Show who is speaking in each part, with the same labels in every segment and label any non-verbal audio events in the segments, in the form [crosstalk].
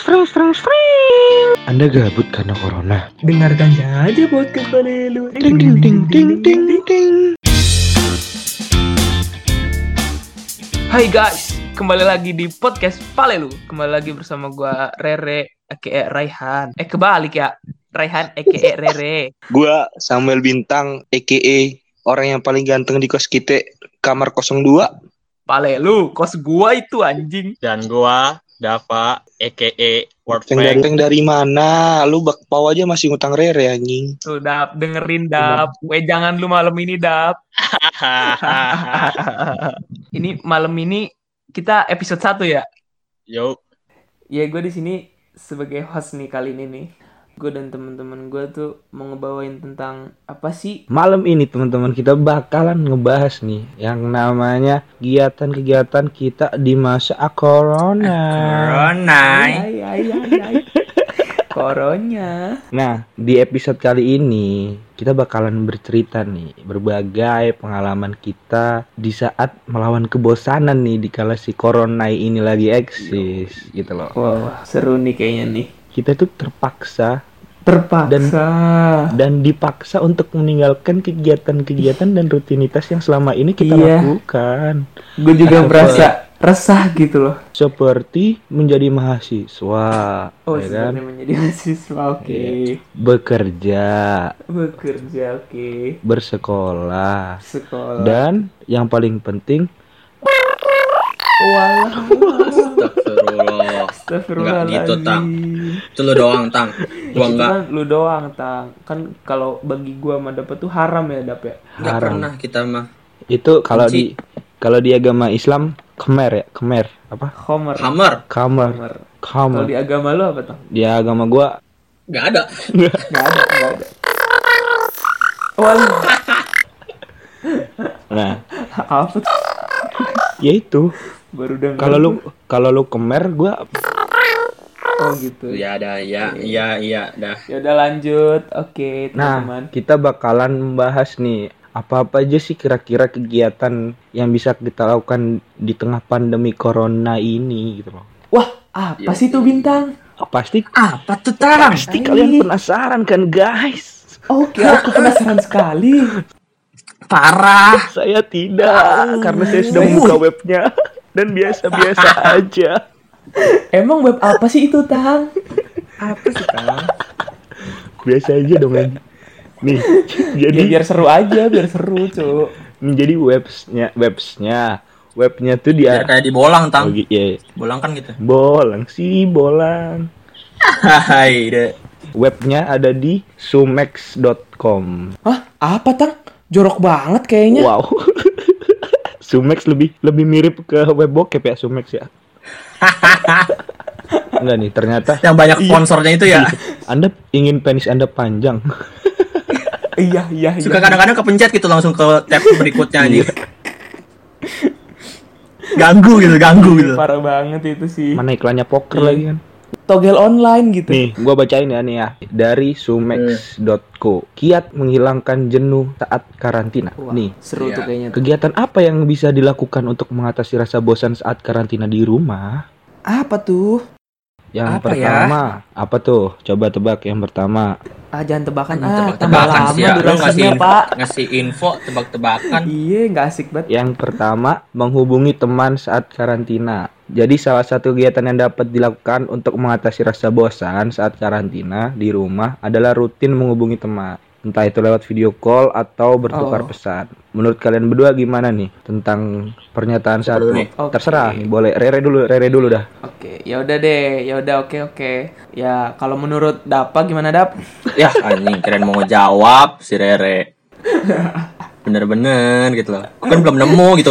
Speaker 1: String string string.
Speaker 2: Anda gabut karena corona.
Speaker 3: Dengarkan saja podcast Balelu.
Speaker 2: Ding ding ding ding ding ding.
Speaker 3: Hai guys, kembali lagi di podcast Palelu. Kembali lagi bersama gua Rere aka Raihan. Eh kebalik ya. Raihan aka Rere.
Speaker 2: [laughs] Gua Samuel Bintang EKE orang yang paling ganteng di kos kita kamar 02.
Speaker 3: Palelu, kos gua itu anjing.
Speaker 4: dan gua Dava EKE
Speaker 2: Yang
Speaker 4: Wordfang
Speaker 2: ganteng dari mana? Lu bak pau aja masih ngutang rere anjing.
Speaker 3: Tuh Dap, dengerin Dap. Weh jangan lu malam ini
Speaker 2: [laughs]
Speaker 3: Dap. [laughs] ini malam ini kita episode 1 ya.
Speaker 4: Yo
Speaker 3: Ya gue di sini sebagai host nih kali ini nih. Gue dan teman-teman gue tuh mau ngebawain tentang apa sih?
Speaker 2: Malam ini teman-teman kita bakalan ngebahas nih yang namanya kegiatan-kegiatan kita di masa corona.
Speaker 4: Corona
Speaker 3: Ay, ay, ay, ay. Koronya.
Speaker 2: Nah, di episode kali ini kita bakalan bercerita nih berbagai pengalaman kita di saat melawan kebosanan nih di kala si corona ini lagi eksis gitu loh.
Speaker 3: Wah, seru nih kayaknya nih.
Speaker 2: Kita tuh terpaksa
Speaker 3: Terpaksa.
Speaker 2: dan dipaksa untuk meninggalkan kegiatan-kegiatan dan rutinitas yang selama ini kita
Speaker 3: Iya.
Speaker 2: lakukan.
Speaker 3: gue juga
Speaker 2: Aduh,
Speaker 3: merasa resah gitu loh.
Speaker 2: Seperti menjadi mahasiswa,
Speaker 3: Oh,
Speaker 2: ya kan?
Speaker 3: sebenarnya menjadi mahasiswa oke.
Speaker 2: Iya. bekerja,
Speaker 3: Bekerja oke.
Speaker 2: bersekolah,
Speaker 3: Sekolah.
Speaker 2: dan yang paling penting
Speaker 3: Walah.
Speaker 4: Astagfirullah
Speaker 3: Astagfirullahaladzim.
Speaker 4: Nggak gitu, Tang. Itu lu doang Tang Gua
Speaker 3: Itu
Speaker 4: enggak
Speaker 3: kan lu doang, Tang. Kan kalau bagi gua mah dapat tuh haram ya, Dap ya.
Speaker 4: Enggak
Speaker 2: Haram.
Speaker 4: pernah kita mah
Speaker 2: itu kalau di
Speaker 4: Kunci.
Speaker 2: kalau di agama Islam kemer ya kemer apa
Speaker 3: Homer.
Speaker 4: Hammer
Speaker 2: kamer
Speaker 3: Homer. Kalau
Speaker 2: kamer
Speaker 3: di agama lu apa, Tang?
Speaker 2: di agama gua
Speaker 4: Enggak ada
Speaker 3: Nggak ada, nggak ada. Walah,
Speaker 2: nah
Speaker 3: apa tuh?
Speaker 2: ya itu
Speaker 3: Baru dengar.
Speaker 2: kalau lu kalau lu kemer gua
Speaker 3: Oh gitu.
Speaker 4: Ya ada ya ya ya dah
Speaker 3: Ya udah lanjut. Oke,
Speaker 2: nah
Speaker 3: teman-teman.
Speaker 2: kita bakalan membahas nih apa-apa aja sih kira-kira kegiatan yang bisa kita lakukan di tengah pandemi corona ini gitu loh
Speaker 3: Wah, apa
Speaker 4: Iya.
Speaker 3: sih tuh bintang?
Speaker 2: Ah, pasti
Speaker 4: Apa tuh Tang
Speaker 2: pasti kalian penasaran kan guys
Speaker 3: Oke, aku penasaran sekali.
Speaker 4: Parah
Speaker 2: saya tidak karena saya sudah membuka webnya [laughs] dan [laughs] biasa-biasa aja
Speaker 3: Emang web apa sih itu, Tang?
Speaker 4: Apa sih Tang
Speaker 2: biasa aja dong Len. nih jadi
Speaker 3: Ya, biar seru aja, biar seru, Cuk.
Speaker 2: menjadi websnya websnya webnya tuh dia
Speaker 4: Biar Ya, kayak di bolang
Speaker 2: Oh,
Speaker 4: Tang
Speaker 2: gi- iya.
Speaker 4: Bolang kan gitu
Speaker 2: bolang sih bolang
Speaker 4: Hai deh
Speaker 2: webnya ada di sumex.com
Speaker 3: Hah? Apa, Tang? Jorok banget
Speaker 4: Iya.
Speaker 3: kayaknya.
Speaker 2: wow [laughs] sumex lebih lebih mirip ke web bokep ya sumex
Speaker 4: [laughs]
Speaker 2: ya enggak nih ternyata
Speaker 4: Yang banyak sponsornya itu ya
Speaker 2: anda ingin penis anda panjang
Speaker 3: Iya, iya, iya.
Speaker 4: Suka kadang-kadang kepencet gitu langsung ke tab berikutnya anjir. Iya. ganggu gitu, ganggu gitu.
Speaker 3: Parah banget itu sih.
Speaker 2: mana iklannya
Speaker 4: Iya.
Speaker 2: poker lagi kan
Speaker 3: Togel online gitu.
Speaker 2: Nih, gua bacain ya nih ya dari sumex.co. Kiat menghilangkan jenuh saat karantina.
Speaker 3: Wah,
Speaker 2: Nih,
Speaker 3: seru
Speaker 4: Iya.
Speaker 3: tuh kayaknya. tuh.
Speaker 2: kegiatan apa yang bisa dilakukan untuk mengatasi rasa bosan saat karantina di rumah?
Speaker 3: Apa tuh?
Speaker 2: Yang
Speaker 4: Apa ya?
Speaker 2: pertama, apa tuh? Coba tebak yang pertama.
Speaker 3: Ah, jangan tebakan.
Speaker 4: Kan
Speaker 3: Ah, tambah
Speaker 4: tebak-tebakan
Speaker 3: lama
Speaker 4: sih ya. Lu ngasih
Speaker 3: durasinya,
Speaker 4: info,
Speaker 3: Pak.
Speaker 4: ngasih info tebak-tebakan.
Speaker 3: Iya, nggak asik banget.
Speaker 2: Yang pertama, menghubungi teman saat karantina. Jadi salah satu kegiatan yang dapat dilakukan untuk mengatasi rasa bosan saat karantina di rumah adalah rutin menghubungi teman. Entah itu lewat video call atau bertukar
Speaker 3: Oh.
Speaker 2: pesan. Menurut kalian berdua gimana nih tentang pernyataan
Speaker 4: Siapa
Speaker 2: satu?
Speaker 4: dulu nih?
Speaker 3: Oke.
Speaker 2: Terserah, nih, boleh. Rere dulu, Rere dulu dah.
Speaker 3: Oke, ya udah deh, ya udah oke oke. Ya kalau menurut Dapa gimana Dap?
Speaker 4: Ya, anjing keren mau ngejawab si Rere. Bener-bener gitu loh. Gua kan belum nemu gitu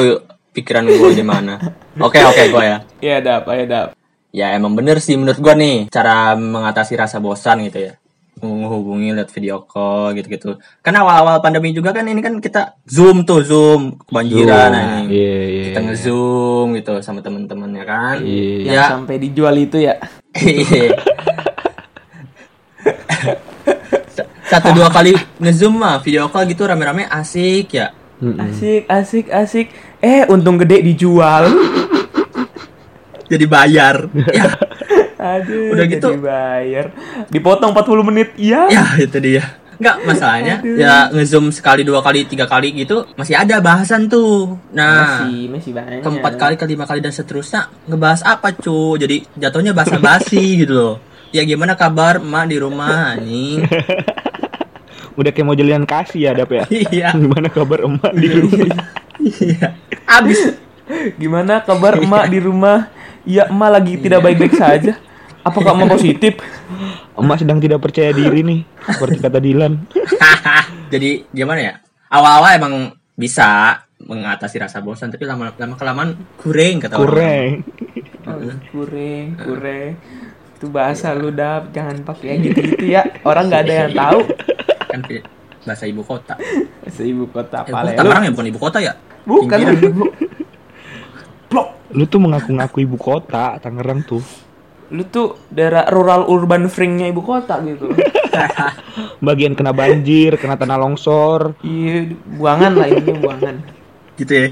Speaker 4: pikiran gue di mana. Oke, oke gua ya.
Speaker 3: Iya Dap, ayo Dap.
Speaker 4: Ya emang bener sih menurut gua nih cara mengatasi rasa bosan gitu ya menghubungi lihat video call gitu-gitu. Kan awal-awal pandemi juga kan ini kan kita zoom tuh zoom kebanjiran
Speaker 2: Zoom.
Speaker 4: nih.
Speaker 2: Iya, iya,
Speaker 4: Kita
Speaker 2: iya.
Speaker 4: nge-zoom gitu sama temen-temen ya kan.
Speaker 2: Iya.
Speaker 3: Yang sampai dijual itu ya.
Speaker 4: Iya. Satu dua kali nge-zoom mah video call gitu rame-rame asik ya.
Speaker 2: Mm-mm.
Speaker 3: Asik, asik, asik. [laughs] Eh, untung gede dijual.
Speaker 4: Jadi bayar. Ya.
Speaker 3: Aduh,
Speaker 4: Udah
Speaker 3: jadi
Speaker 4: gitu.
Speaker 3: bayar. Dipotong 40 menit. Iya.
Speaker 4: ya itu dia Enggak, masalahnya
Speaker 3: Aduh.
Speaker 4: ya ngezoom sekali dua kali tiga kali gitu masih ada bahasan tuh nah
Speaker 3: Masih, masih banyak.
Speaker 4: keempat kali kelima kali dan seterusnya ngebahas apa cu jadi jatuhnya bahasa basi gitu loh ya gimana kabar emak di rumah anjing
Speaker 2: Udah kayak mau jalinan kasih ya, Dap
Speaker 3: [laughs]
Speaker 2: ya.
Speaker 4: iya
Speaker 2: Gimana kabar emak di rumah?
Speaker 4: iya abis
Speaker 3: Gimana kabar [laughs] emak di rumah? Ya emak lagi tidak baik-baik saja. Apakah [laughs] emak positif?
Speaker 2: Emak sedang tidak percaya diri nih, seperti kata Dilan.
Speaker 3: Iya.
Speaker 4: [laughs] jadi gimana ya awal-awal emang bisa mengatasi rasa bosan tapi lama lama kelamaan kuring kata orang
Speaker 2: Kurang.
Speaker 3: Oh, Kureng, kureng. Itu bahasa lu dap, jangan pakai yang gitu-gitu ya. Orang nggak ada yang tahu.
Speaker 4: kan pi- bahasa ibu kota
Speaker 3: [laughs] Seibu kota
Speaker 4: Eh,
Speaker 3: Palembang.
Speaker 4: kota orang ya bukan ibu kota ya
Speaker 3: Bukan.
Speaker 4: Pinggiran.
Speaker 3: Bu- Blok.
Speaker 2: Lu tuh mengaku-ngaku ibu kota, Tangerang tuh.
Speaker 3: Lu tuh daerah rural urban fringnya ibu kota gitu.
Speaker 2: Bagian kena banjir, kena tanah longsor.
Speaker 3: Iya, buangan lah ini buangan.
Speaker 4: gitu ya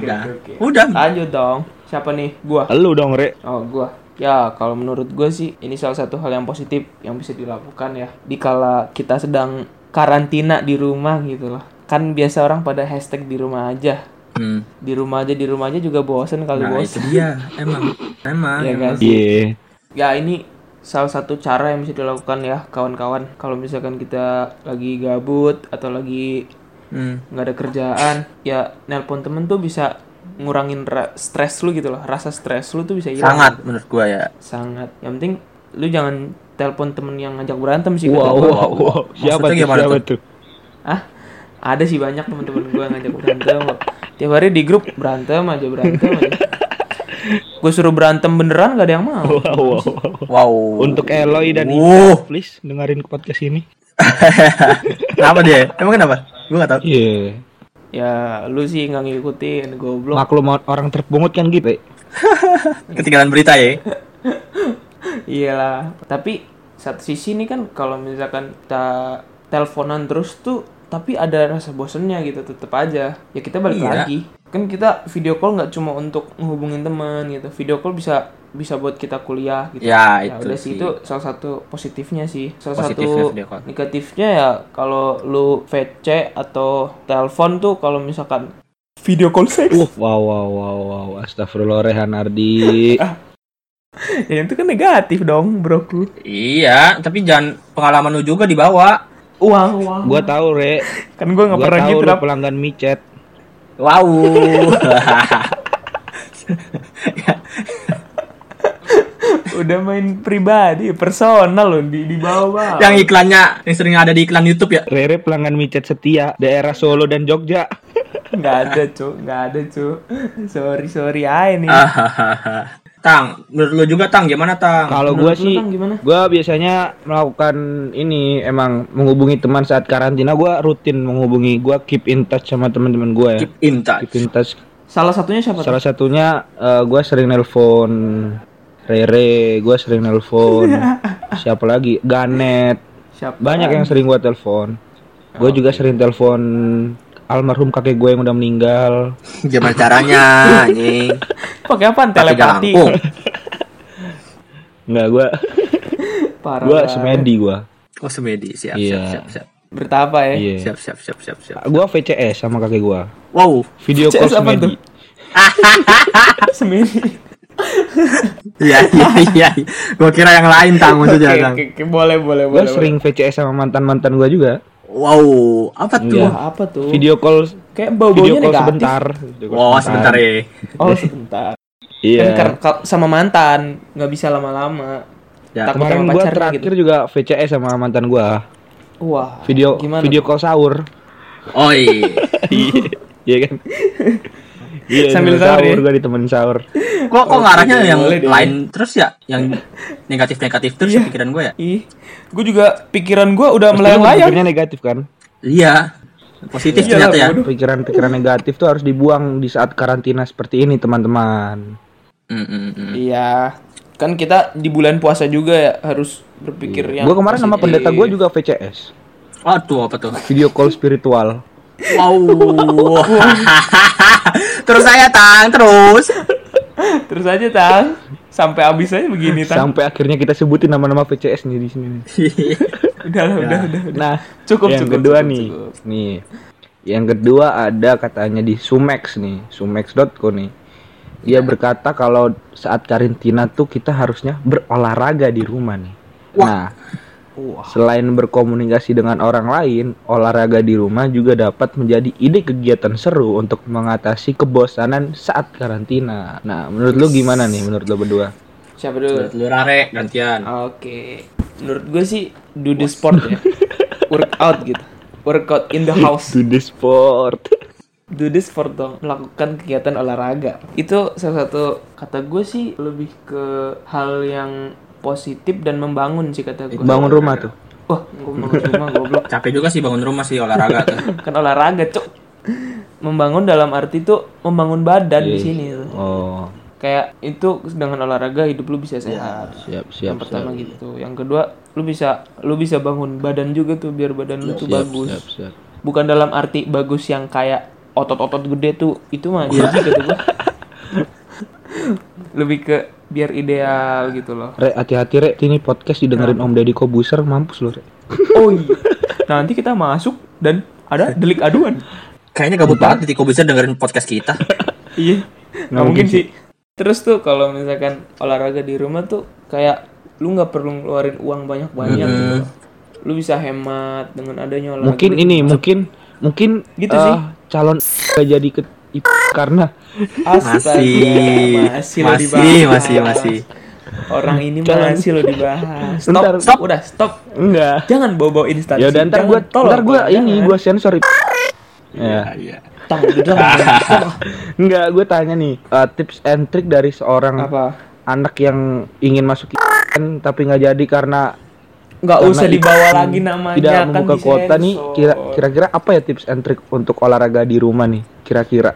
Speaker 4: udah
Speaker 3: oke.
Speaker 4: udah
Speaker 2: Ah.
Speaker 3: Lanjut dong. Siapa nih? Gua.
Speaker 2: Lu dong, Re.
Speaker 3: Oh, gua. Ya, kalau menurut gue sih ini salah satu hal yang positif yang bisa dilakukan ya. Dikala kita sedang karantina di rumah gitu loh. Kan biasa orang pada hashtag di rumah aja.
Speaker 4: Hmm.
Speaker 3: Di rumah aja, di rumah aja juga bosen kali
Speaker 4: nah
Speaker 3: bos.
Speaker 4: itu dia emang emang
Speaker 3: Ya
Speaker 4: emang.
Speaker 3: guys.
Speaker 2: Iya.
Speaker 3: Ya ini salah satu cara yang bisa dilakukan ya kawan-kawan. Kalau misalkan kita lagi gabut atau lagi
Speaker 4: Hmm.
Speaker 3: nggak ada kerjaan, ya nelpon temen tuh bisa ngurangin ra- stres lu gitu loh. Rasa stres lu tuh bisa
Speaker 2: Iya.
Speaker 3: hilang.
Speaker 4: sangat menurut gua ya
Speaker 3: Sangat. Yang penting lu jangan telepon temen yang ngajak berantem sih.
Speaker 2: Wow,
Speaker 3: kata gua.
Speaker 2: wow, wow. Siapa
Speaker 4: Maksudnya
Speaker 2: tuh?
Speaker 4: gimana
Speaker 2: Siapa tuh?
Speaker 3: Ah, ada sih banyak teman-teman gue ngajak berantem. Tiap hari di grup berantem aja berantem
Speaker 4: [laughs]
Speaker 3: aja. Gue suruh berantem beneran gak ada yang mau.
Speaker 2: Wow, wow, wow.
Speaker 4: wow
Speaker 2: Untuk Eloy dan
Speaker 4: Wuh.
Speaker 2: please dengerin ke podcast ini.
Speaker 4: [laughs] kenapa dia emang kenapa gua gak tahu
Speaker 2: Iya.
Speaker 3: Ya lu sih nggak ngikutin goblok.
Speaker 2: Maklum orang terpungut kan gitu. Re.
Speaker 4: ketinggalan berita ya
Speaker 3: Iyalah, tapi satu sisi nih kan kalau misalkan kita teleponan terus tuh tapi ada rasa bosennya gitu tetep aja. Ya kita balik
Speaker 4: Iya.
Speaker 3: lagi. Kan kita video call nggak cuma untuk menghubungin teman gitu. Video call bisa bisa buat kita kuliah gitu.
Speaker 4: ya
Speaker 3: Ya
Speaker 4: itu
Speaker 3: udah
Speaker 4: sih
Speaker 3: sih itu salah satu positifnya sih. Salah
Speaker 4: Positifnya
Speaker 3: satu
Speaker 4: video call.
Speaker 3: negatifnya ya kalau lu VC atau telepon tuh kalau misalkan video call seks.
Speaker 2: Uh, wow, wow, wow, wow. Astagfirullah Rehan Ardi.
Speaker 3: [laughs] Ya itu kan negatif dong, Broku.
Speaker 4: iya tapi jangan pengalaman lu juga dibawa
Speaker 3: Wah, wah.
Speaker 2: Gua tahu, Re.
Speaker 3: kan gua nggak
Speaker 2: Gua
Speaker 3: pernah
Speaker 2: tahu
Speaker 3: gitu
Speaker 2: lu
Speaker 3: Dap.
Speaker 2: pelanggan micet.
Speaker 4: wow [laughs]
Speaker 3: udah main pribadi personal loh di di bawah
Speaker 4: yang iklannya yang sering ada di iklan YouTube ya [laughs]
Speaker 2: Rere pelanggan micet setia daerah Solo dan Jogja.
Speaker 3: nggak ada cu nggak ada cu sorry sorry aja nih
Speaker 2: Ah.
Speaker 4: Ahahaha. Tang, menurut lu juga Tang, gimana Tang?
Speaker 2: Kalau gua
Speaker 3: Menurut lu,
Speaker 2: sih
Speaker 3: Kang, gimana?
Speaker 2: gua biasanya melakukan ini emang menghubungi teman saat karantina gua rutin menghubungi gua keep in touch sama teman-teman gua ya.
Speaker 4: Keep in touch.
Speaker 2: Keep in touch.
Speaker 3: salah satunya siapa tuh?
Speaker 2: Salah satunya eh, gua sering nelpon Rere, gua sering
Speaker 3: [laughs]
Speaker 2: nelpon siapa lagi? Ganet.
Speaker 3: siapa
Speaker 2: Banyak yang sering gua telepon. Gua juga sering telepon almarhum kakek gue yang udah meninggal.
Speaker 4: Gimana caranya, [laughs] anjing?
Speaker 3: pakai apaan
Speaker 4: Pakai
Speaker 3: telepati
Speaker 4: jelangkung.
Speaker 2: Enggak gua
Speaker 3: parah
Speaker 2: gua
Speaker 3: banget.
Speaker 2: semedi gua.
Speaker 4: Oh, semedi. Siap,
Speaker 2: Iya.
Speaker 4: siap, siap, siap.
Speaker 3: bertapa ya
Speaker 2: Iya.
Speaker 4: Siap, siap, siap, siap, siap.
Speaker 2: Gua VCS sama kakek gua.
Speaker 4: Wow.
Speaker 2: Video
Speaker 3: VCS
Speaker 2: call
Speaker 3: apa
Speaker 2: semedi.
Speaker 3: tuh? [laughs] semedi
Speaker 4: Iya, iya, iya. Gua kira yang lain Tang maksudnya,
Speaker 3: Oke,
Speaker 4: Tang.
Speaker 3: oke, oke, boleh boleh
Speaker 2: Gua
Speaker 3: boleh
Speaker 2: sering VCS sama mantan-mantan gua juga.
Speaker 4: Wow, apa
Speaker 3: boleh.
Speaker 4: tuh?
Speaker 2: Iya.
Speaker 3: Wah, apa tuh
Speaker 2: Video call
Speaker 3: kayak bau
Speaker 2: video
Speaker 3: baunya
Speaker 2: call
Speaker 3: Oh, negatif
Speaker 2: sebentar. Video call
Speaker 4: Wow, sebentar ya.
Speaker 3: oh sebentar
Speaker 2: Iya.
Speaker 3: kan kar- kal- sama mantan nggak bisa lama-lama
Speaker 4: Ya,
Speaker 3: takut
Speaker 2: Kemarin
Speaker 3: sama
Speaker 2: gua
Speaker 3: pacarnya
Speaker 2: terakhir
Speaker 3: gitu
Speaker 2: juga VCS sama mantan gua.
Speaker 3: wah
Speaker 2: Video
Speaker 3: gimana
Speaker 2: video call
Speaker 3: [laughs]
Speaker 2: sahur.
Speaker 4: Oi. [laughs]
Speaker 2: Iya. Iya kan? Iya, sambil
Speaker 3: Sambil sahur
Speaker 2: sahur,
Speaker 3: ya?
Speaker 2: gua ditemenin sahur.
Speaker 4: Kok kok ngarahnya yang
Speaker 3: boleh deh.
Speaker 4: lain terus ya? Yang negatif-negatif terus ya pikiran gue ya?
Speaker 3: ih gue juga pikiran gue
Speaker 2: Pasti
Speaker 3: udah
Speaker 2: lu
Speaker 3: melayang-layang
Speaker 2: berpikirnya negatif kan?
Speaker 4: Iya. Positif
Speaker 3: Iya,
Speaker 4: ternyata ya.
Speaker 3: bodoh.
Speaker 2: Pikiran-pikiran negatif tuh harus dibuang di saat karantina seperti ini, teman-teman.
Speaker 4: Mm, mm, mm.
Speaker 2: Hmm.
Speaker 3: Iya, kan kita di bulan puasa juga ya harus berpikir yang.
Speaker 2: Iya. Gua kemarin sama
Speaker 3: positif.
Speaker 2: pendeta gua juga VCS.
Speaker 4: Aduh, apa tuh?
Speaker 2: Video call spiritual.
Speaker 4: [laughs] Wow. terus saya tang terus.
Speaker 3: Terus aja tang sampai habis aja begini tang.
Speaker 2: Sampai akhirnya kita sebutin nama-nama VCS nih di sini. nih.
Speaker 3: Udah lah, udah, udah, udah.
Speaker 2: Nah,
Speaker 3: Cukup,
Speaker 2: yang
Speaker 3: cukup,
Speaker 2: kedua
Speaker 3: cukup,
Speaker 2: nih.
Speaker 3: cukup.
Speaker 2: Nih. Yang kedua ada katanya di Sumex nih, sumex.co nih. Dia
Speaker 3: Iya.
Speaker 2: berkata kalau saat karantina tuh kita harusnya berolahraga di rumah nih. Nah, selain berkomunikasi dengan orang lain, olahraga di rumah juga dapat menjadi ide kegiatan seru untuk mengatasi kebosanan saat karantina. Nah, menurut lu gimana nih menurut lu berdua?
Speaker 3: Siapa dulu?
Speaker 4: Buat Lu rare gantian.
Speaker 3: Oke. Menurut gue sih do the sport
Speaker 2: [laughs]
Speaker 3: ya. Workout gitu. Workout in the
Speaker 2: [laughs]
Speaker 3: house.
Speaker 2: To the sport.
Speaker 3: Do this for dong, melakukan kegiatan olahraga. Itu salah satu kata gue sih lebih ke hal yang positif dan membangun sih kata gue.
Speaker 2: Bangun rumah tuh.
Speaker 3: Wah, gue bangun rumah goblok.
Speaker 4: Capek juga sih bangun rumah sih olahraga tuh.
Speaker 3: Kan olahraga, cuk. Membangun dalam arti tuh membangun badan
Speaker 2: Iya.
Speaker 3: di sini. tuh.
Speaker 2: Oh,
Speaker 3: Kayak itu dengan olahraga hidup lu bisa sehat.
Speaker 2: siap
Speaker 3: yang
Speaker 2: Iya, siap.
Speaker 3: pertama gitu. Yang kedua, lu bisa lu bisa bangun badan juga tuh biar badan lu tuh bagus.
Speaker 2: Siap, siap.
Speaker 3: Bukan dalam arti bagus yang kayak otot-otot gede tuh itu mah
Speaker 2: Iya.
Speaker 3: jijik gitu gua. Lebih ke biar ideal gitu loh.
Speaker 2: [laughs] Re, hati-hati Re, ini podcast didengerin Om Deddy Kobuser, mampus lu Re.
Speaker 3: Oh iya. Nanti kita masuk dan ada delik aduan.
Speaker 4: Kayaknya gabut banget Tiko bisa dengerin podcast kita.
Speaker 3: Iya.
Speaker 2: Nggak
Speaker 3: Nggak
Speaker 2: mungkin
Speaker 3: mungkin sih. Terus tuh kalau misalkan olahraga di rumah tuh kayak lu nggak perlu ngeluarin uang banyak-banyak gitu loh. Lu bisa hemat dengan adanya olahraga.
Speaker 2: Mungkin
Speaker 3: di
Speaker 2: ini, mungkin, mungkin
Speaker 3: Gitu
Speaker 2: eh,
Speaker 3: sih.
Speaker 2: calon [laughs] gak jadi ke i- karena [laughs]
Speaker 3: Astaga,
Speaker 4: Masih.
Speaker 3: masih lo
Speaker 4: Masih,
Speaker 3: dibahas.
Speaker 4: masih, masih.
Speaker 3: Orang ini masih lo dibahas. Stop,
Speaker 2: Bentar.
Speaker 3: stop, udah stop.
Speaker 2: enggak.
Speaker 3: Jangan bawa-bawa instansi.
Speaker 2: Ya udah ntar
Speaker 3: Jangan,
Speaker 2: gue,
Speaker 3: tolong,
Speaker 2: ntar gue
Speaker 3: tolong,
Speaker 2: ini
Speaker 3: jangan.
Speaker 2: gue sensor. i- [laughs] Ya.
Speaker 4: Iya.
Speaker 3: Tang, udah,
Speaker 2: [laughs]
Speaker 3: udah.
Speaker 2: Enggak, gue tanya nih eh, tips and trick dari seorang
Speaker 3: Apa?
Speaker 2: anak yang ingin masuk i- kan, tapi nggak jadi karena
Speaker 3: Enggak
Speaker 2: Karena
Speaker 3: usah dibawa
Speaker 2: itu
Speaker 3: lagi namanya
Speaker 2: tidak
Speaker 3: kan
Speaker 2: membuka kuota nih
Speaker 3: disensor.
Speaker 2: kira- kira-kira apa ya tips and trick untuk olahraga di rumah nih kira-kira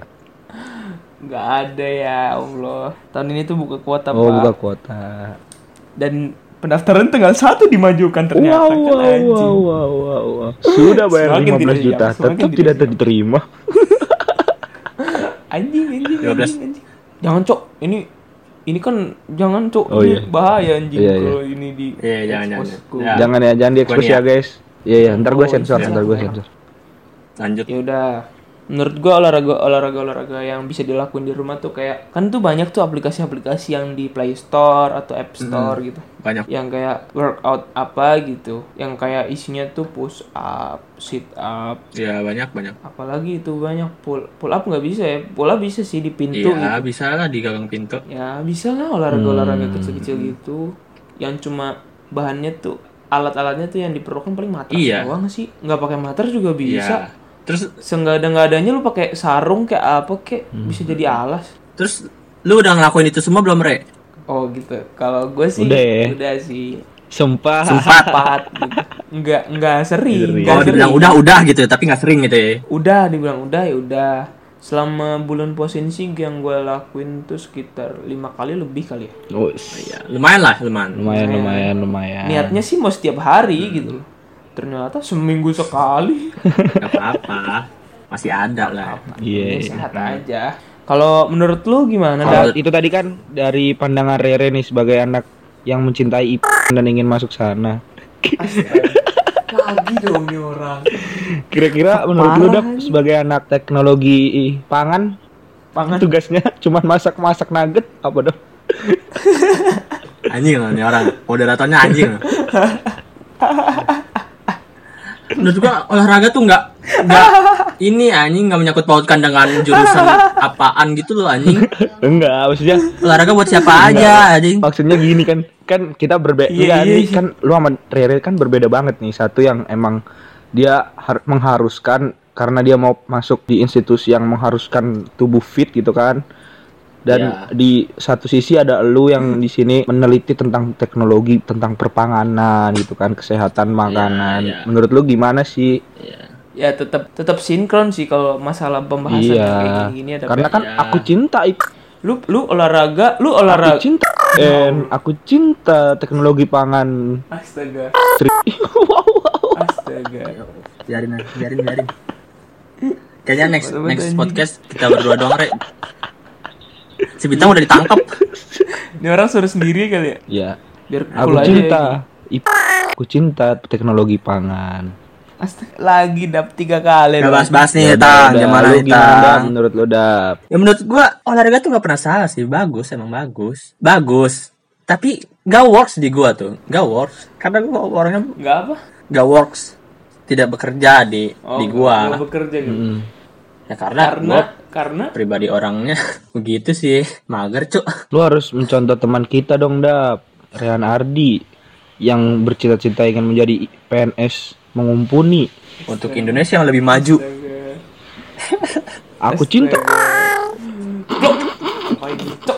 Speaker 3: Enggak ada ya, Allah. Tahun ini tuh buka kuota,
Speaker 2: oh
Speaker 3: Pak.
Speaker 2: buka kuota
Speaker 3: Dan pendaftaran tanggal 1 dimajukan ternyata
Speaker 2: wow
Speaker 3: kan,
Speaker 2: wow,
Speaker 3: anjing.
Speaker 2: wow wow wow wow sudah bayar
Speaker 3: Semakin
Speaker 2: 15
Speaker 3: tidak
Speaker 2: juta
Speaker 3: siap, semakin
Speaker 2: tetap
Speaker 3: tidak
Speaker 2: tidak diterima
Speaker 3: Anjing, anjing, anjing,
Speaker 4: 12.
Speaker 3: anjing. Jangan, Cok. Ini ini kan jangan, Cok.
Speaker 2: Oh,
Speaker 3: ini
Speaker 2: iya.
Speaker 3: bahaya anjing
Speaker 2: Iya,
Speaker 3: kalau ini di
Speaker 4: Iya, jangan, jangan.
Speaker 3: expose ke-
Speaker 4: Ya.
Speaker 2: jangan ya jangan diekspos
Speaker 4: Gua
Speaker 2: ya guys iya iya ntar gue
Speaker 3: Oh,
Speaker 2: sensor
Speaker 3: iya.
Speaker 2: ntar gue sensor
Speaker 4: Lanjut.
Speaker 3: ya udah menurut gua olahraga olahraga olahraga yang bisa dilakuin di rumah tuh kayak kan tuh banyak tuh aplikasi-aplikasi yang di Play Store atau App
Speaker 4: Mm-hmm.
Speaker 3: Store gitu
Speaker 4: Banyak.
Speaker 3: yang kayak workout apa gitu yang kayak isinya tuh push up sit up
Speaker 4: Iya, banyak banyak.
Speaker 3: apalagi itu banyak pull pull up nggak bisa ya pull up bisa sih di pintu gitu.
Speaker 4: Iya, Hmm. bisa lah di gagang pintu.
Speaker 3: ya bisa lah olahraga olahraga kecil-kecil gitu yang cuma bahannya tuh alat-alatnya tuh yang diperlukan paling matras
Speaker 4: Iya.
Speaker 3: doang sih nggak pakai matras juga bisa
Speaker 4: Iya. Terus
Speaker 3: Seenggak ada nggak adanya lu pakai sarung kayak apa kek
Speaker 4: Hmm.
Speaker 3: bisa jadi alas.
Speaker 4: terus lu udah ngelakuin itu semua belum, Re?
Speaker 3: Oh gitu. Kalau gue sih
Speaker 2: Udah ya?
Speaker 4: [laughs]
Speaker 3: sih
Speaker 2: sempat
Speaker 3: sempat gitu. Nggak nggak sering. nggak
Speaker 4: Kalau dibilang
Speaker 3: sering.
Speaker 4: Iya, udah udah gitu, tapi nggak sering gitu ya.
Speaker 3: Udah dibilang udah ya udah. Selama bulan puasin sih yang gue lakuin tuh sekitar lima kali lebih kali ya.
Speaker 2: Oh,
Speaker 4: Ya, lumayan lah, lumayan.
Speaker 2: lumayan lumayan lumayan
Speaker 3: Niatnya sih mau setiap hari
Speaker 2: Hmm.
Speaker 3: gitu loh. Ternyata seminggu sekali.
Speaker 4: Gak apa-apa. Masih ada lah.
Speaker 2: [laughs] iya
Speaker 3: Ya, sehat aja. Kalau menurut lu gimana? Dak?
Speaker 2: Kalau itu tadi kan dari pandangan Rere nih sebagai anak yang mencintai IP dan ingin masuk sana.
Speaker 3: Lagi dong nih orang.
Speaker 2: Kira-kira menurut lu Dak, sebagai anak teknologi pangan,
Speaker 3: Pangan
Speaker 2: tugasnya [laughs] cuman masak-masak nugget apa dong?
Speaker 4: Anjing loh nih orang. Moderatornya anjing loh. Menurut gua olahraga tuh nggak nggak ini anjing nggak menyangkut pautkan dengan jurusan apaan gitu loh anjing.
Speaker 2: Enggak, maksudnya
Speaker 4: Olahraga buat siapa aja anjing.
Speaker 2: [laughs] maksudnya gini kan kan kita berbeda
Speaker 3: Iya, iya, iya.
Speaker 2: kan lu sama Rere kan berbeda banget nih satu yang emang dia har- mengharuskan karena dia mau masuk di institusi yang mengharuskan tubuh fit gitu kan dan
Speaker 4: Iya.
Speaker 2: di satu sisi ada lu yang
Speaker 3: [laughs]
Speaker 2: di sini meneliti tentang teknologi tentang perpanganan gitu kan kesehatan makanan
Speaker 4: iya.
Speaker 2: menurut lu gimana sih
Speaker 3: ya tetap tetap sinkron sih kalau masalah pembahasan yang kayak
Speaker 2: iya
Speaker 3: gini-gini ada
Speaker 2: karena kan
Speaker 4: Iya.
Speaker 2: aku cinta Ip.
Speaker 3: lu lu olahraga lu
Speaker 2: aku
Speaker 3: olahraga
Speaker 2: cinta dan aku cinta teknologi pangan
Speaker 3: astaga
Speaker 2: Tri- [laughs] wow wow
Speaker 3: astaga
Speaker 4: Biarin aja, biarin biarin. Kayaknya next
Speaker 3: Betul-betul
Speaker 4: next
Speaker 3: anjing.
Speaker 4: podcast kita berdua doang, Re. Si Bintang udah ditangkap.
Speaker 3: Ini orang suruh sendiri kali ya.
Speaker 2: Ya,
Speaker 3: Biar
Speaker 2: aku
Speaker 3: cool aja. ya.
Speaker 2: cinta. Ip- aku cinta teknologi pangan.
Speaker 3: Astaga, lagi dap tiga kali.
Speaker 4: Gak
Speaker 3: loh.
Speaker 4: bahas-bahas
Speaker 2: Ya
Speaker 4: nih,
Speaker 2: udah,
Speaker 4: Tang.
Speaker 2: udah.
Speaker 4: Gimana
Speaker 2: Lu
Speaker 4: nih,
Speaker 2: gimana, Dap?
Speaker 4: Tang?
Speaker 2: Menurut lo dap.
Speaker 4: Ya menurut gua olahraga tuh gak pernah salah sih. Bagus, emang bagus. Bagus. Tapi gak works di gua tuh. Gak works. Karena gua orangnya
Speaker 3: Nggak apa?
Speaker 4: gak works. Tidak bekerja di di
Speaker 3: nggak
Speaker 4: gua.
Speaker 3: bekerja gitu.
Speaker 2: Mm.
Speaker 4: Ya Oh, karena,
Speaker 3: Karena
Speaker 4: gua
Speaker 3: karena
Speaker 4: pribadi orangnya [laughs] begitu sih. Mager, Cuk.
Speaker 2: Lu harus mencontoh teman kita dong, Dap. Rehan Ardi yang bercita-cita ingin menjadi PNS mengumpuni.
Speaker 4: Untuk Indonesia yang lebih maju.
Speaker 2: Aku cinta.
Speaker 3: Ngapain
Speaker 4: [laughs]
Speaker 3: gitu?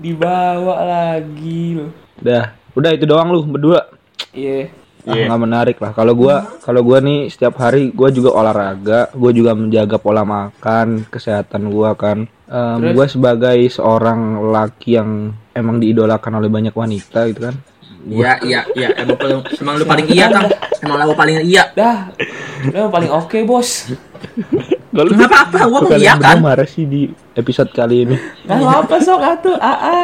Speaker 3: Dibawa lagi loh.
Speaker 2: Dah, udah itu doang lu berdua.
Speaker 3: Iya.
Speaker 2: Ah, nggak menarik lah. Kalau gua, kalau gua nih setiap hari gua juga olahraga, gua juga menjaga pola makan, kesehatan gua kan. Em, gua sebagai seorang laki yang emang diidolakan oleh banyak wanita gitu kan.
Speaker 4: Iya, iya, iya. Emang, paling- emang lu paling iya, Tang. Emang lu paling iya.
Speaker 3: Dah. Udah paling oke, Bos.
Speaker 2: Lalu
Speaker 4: Nggak apa-apa, gua kan. mengiyakan.
Speaker 2: marah sih di episode kali ini.
Speaker 3: Nah, lo apa sok atuh? AA.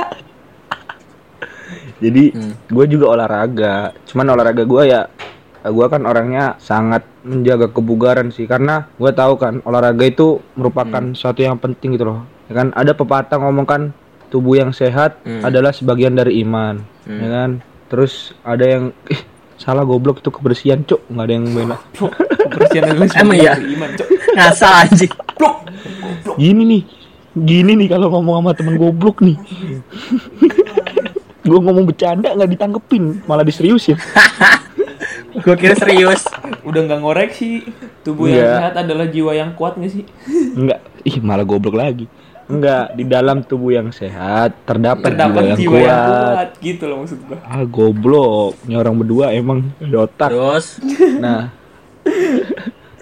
Speaker 2: [laughs] Jadi gue juga olahraga. Cuman olahraga gue ya gue kan orangnya sangat menjaga kebugaran sih karena gue tahu kan olahraga itu merupakan suatu yang penting gitu loh. Ya kan ada pepatah ngomong kan tubuh yang sehat adalah sebagian dari iman. Ya kan? Terus ada yang eh, salah goblok itu kebersihan, Cuk. nggak ada yang bela.
Speaker 3: Cuk, Kebersihan lu
Speaker 4: [laughs] Emang iya?
Speaker 3: Iman, Cuk.
Speaker 4: Ngasal anjing.
Speaker 2: Gini nih. Gini nih kalau ngomong sama temen goblok nih. gue ngomong bercanda nggak ditangkepin, malah ya. diseriusin.
Speaker 4: Gua kira serius.
Speaker 3: Udah nggak ngoreksi. Tubuh
Speaker 4: Iya.
Speaker 3: yang
Speaker 2: Nggak.
Speaker 3: sehat adalah jiwa yang kuat nggak sih?
Speaker 2: Enggak, ih malah goblok lagi. Enggak, di dalam tubuh yang sehat terdapat,
Speaker 3: Terdapat
Speaker 2: jiwa yang
Speaker 3: jiwa
Speaker 2: kuat.
Speaker 3: yang kuat gitu loh maksud gua.
Speaker 2: Ah goblok, ini orang berdua emang ada otak.
Speaker 4: Terus
Speaker 2: Nah,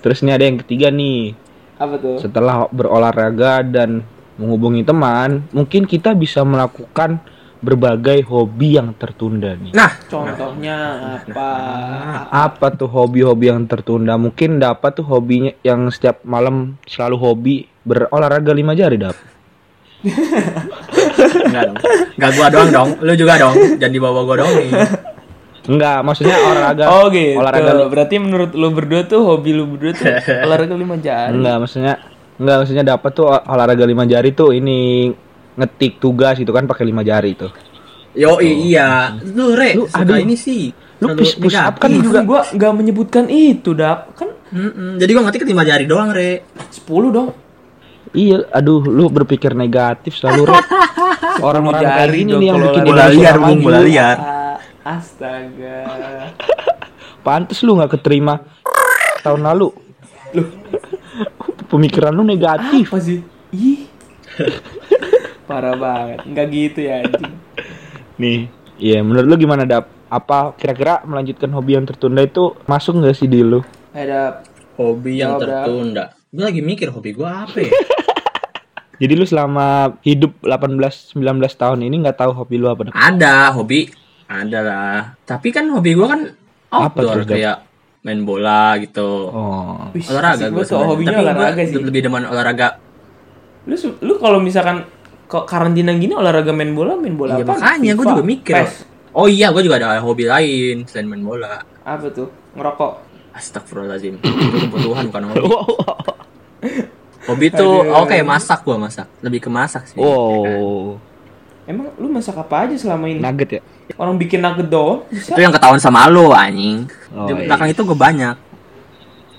Speaker 2: terus nih ada yang ketiga nih.
Speaker 3: Apa tuh?
Speaker 2: Setelah berolahraga dan menghubungi teman, mungkin kita bisa melakukan berbagai hobi yang tertunda nih.
Speaker 4: Nah,
Speaker 3: Contohnya apa?
Speaker 2: Apa tuh hobi-hobi yang tertunda? Mungkin dapat tuh hobinya yang setiap malam selalu hobi berolahraga lima jari dap.
Speaker 4: enggak dong. Enggak gua doang dong, lu juga dong. Jangan dibawa gua dong nih.
Speaker 2: Enggak, maksudnya olahraga.
Speaker 3: Oh gitu.
Speaker 2: Olahraga
Speaker 3: Berarti menurut lu berdua tuh hobi lu berdua
Speaker 4: [laughs]
Speaker 3: tuh olahraga lima jari.
Speaker 4: Hmm.
Speaker 2: Enggak, maksudnya enggak maksudnya dapat tuh ol- olahraga lima jari tuh ini ngetik tugas gitu kan pakai lima jari tuh.
Speaker 4: Yo iya. Lu re,
Speaker 2: Lu,
Speaker 4: suka
Speaker 2: aduh.
Speaker 4: ini sih.
Speaker 2: Lu
Speaker 4: Selalu
Speaker 2: push- push up
Speaker 4: negatif.
Speaker 2: kan
Speaker 3: Ih,
Speaker 2: juga.
Speaker 3: kan gua nggak menyebutkan itu, Dap. Kan
Speaker 4: Mm-mm. Jadi gua ngetik lima jari doang, Re.
Speaker 3: 10 dong.
Speaker 2: Iya, aduh lu berpikir negatif selalu Red. Orang-orang
Speaker 3: Jari
Speaker 2: kayak gini
Speaker 3: dong
Speaker 2: nih yang
Speaker 3: kalau
Speaker 2: bikin
Speaker 3: olahraga.
Speaker 2: Indonesia
Speaker 4: liar, Bung,
Speaker 2: maju.
Speaker 4: bola liar.
Speaker 3: Ah, astaga.
Speaker 2: Pantes lu nggak keterima tahun lalu. [laughs] Pemikiran lu negatif.
Speaker 3: Apa sih? Ih. [laughs] Parah banget. Enggak gitu ya, anjing.
Speaker 2: Nih, iya menurut lu gimana dap? Apa kira-kira melanjutkan hobi yang tertunda itu masuk nggak sih di lu?
Speaker 3: Eh, Dap.
Speaker 4: Hobi yang
Speaker 3: Jawab, Dap.
Speaker 4: tertunda. Gua lagi mikir hobi gua apa ya?
Speaker 2: Jadi lu selama hidup 18 19 tahun ini nggak tahu hobi lu apa? Dap?
Speaker 4: Ada hobi, ada lah. Tapi kan hobi gua kan
Speaker 2: Apa tuh,
Speaker 4: outdoor
Speaker 2: Dap?
Speaker 4: kayak main bola gitu.
Speaker 2: Oh.
Speaker 3: Wih,
Speaker 4: Olahraga
Speaker 3: gua
Speaker 4: gua
Speaker 3: tuh
Speaker 4: sebenarnya.
Speaker 3: hobinya
Speaker 4: Tapi gua
Speaker 3: olahraga sih.
Speaker 4: Lebih demen olahraga.
Speaker 3: Lu se- lu kalau misalkan kok karantina gini olahraga main bola, main bola
Speaker 4: Iya
Speaker 3: apa?
Speaker 4: makanya gua
Speaker 3: FIFA,
Speaker 4: juga mikir.
Speaker 3: PES.
Speaker 4: Oh iya, gua juga ada hobi lain selain main bola.
Speaker 3: Apa tuh? Ngerokok.
Speaker 4: Astagfirullahaladzim Itu kebutuhan bukan hobi Hobi tuh oke masak gua masak Lebih ke masak sih
Speaker 2: Oh. Wow.
Speaker 3: Emang lu masak apa aja selama
Speaker 4: Nah.
Speaker 3: ini?
Speaker 2: Nugget ya?
Speaker 3: Orang bikin nugget doang bisa.
Speaker 4: Itu yang ketahuan sama lo anjing
Speaker 2: Oh,
Speaker 4: Di
Speaker 2: iya.
Speaker 4: belakang itu gua banyak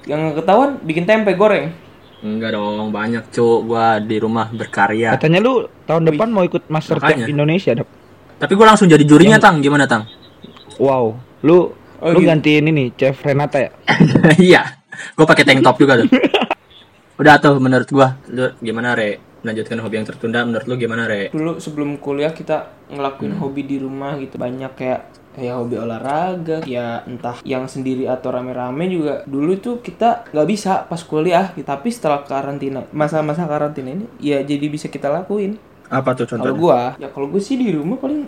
Speaker 3: Yang nggak ketahuan bikin tempe goreng.
Speaker 4: Enggak dong banyak cuk gua di rumah berkarya
Speaker 2: Katanya lu tahun depan mau ikut Master
Speaker 4: Makanya.
Speaker 2: Indonesia, Dap.
Speaker 4: Tapi gua langsung jadi jurinya Tang Gimana Tang? [laughs]
Speaker 2: Wow. Lu
Speaker 3: Oh,
Speaker 2: lu
Speaker 3: gitu.
Speaker 2: gantiin ini Chef Renata ya?
Speaker 4: Iya gua pakai tank top juga tuh Udah tuh menurut gua Lu gimana Re? Melanjutkan hobi yang tertunda menurut lu gimana Re?
Speaker 3: Dulu sebelum kuliah kita ngelakuin hobi di rumah gitu. Banyak kayak ya hobi olahraga, ya entah yang sendiri atau rame-rame juga. Dulu tuh kita nggak bisa pas kuliah, gitu. tapi setelah karantina, masa-masa karantina ini ya jadi bisa kita lakuin.
Speaker 4: Apa tuh
Speaker 3: Kalau gua, ya kalau gua sih di rumah paling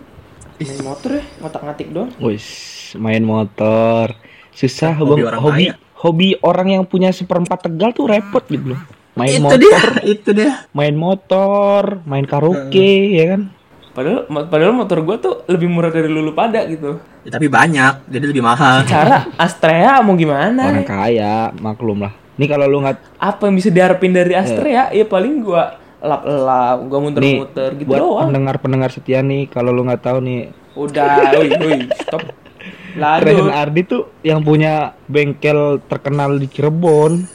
Speaker 3: main motor ya, ngotak-ngatik doang.
Speaker 2: Wis, main motor. Susah hobi
Speaker 4: orang
Speaker 2: hobi, hobi orang yang punya seperempat tegal tuh repot gitu loh. main
Speaker 4: itu
Speaker 2: motor
Speaker 4: dia itu dia
Speaker 2: main motor main karaoke ya kan
Speaker 3: Padahal padahal motor gua tuh lebih murah dari lulu pada gitu.
Speaker 4: Ya, tapi banyak jadi lebih mahal
Speaker 3: Cara Astrea mau gimana?
Speaker 2: orang kaya maklum lah ini kalau lu nggak
Speaker 3: Apa yang bisa diharapin dari
Speaker 2: Hmm.
Speaker 3: Astrea? Ya paling gua lap-lap, gua muter-muter gitu
Speaker 2: buat
Speaker 3: doang.
Speaker 2: pendengar pendengar setia nih kalau lu nggak tahu nih
Speaker 3: Udah,
Speaker 2: [laughs]
Speaker 3: woi, woi, stop.
Speaker 2: Rehan
Speaker 3: Lanjut.
Speaker 2: Ardi tuh yang punya bengkel terkenal di Cirebon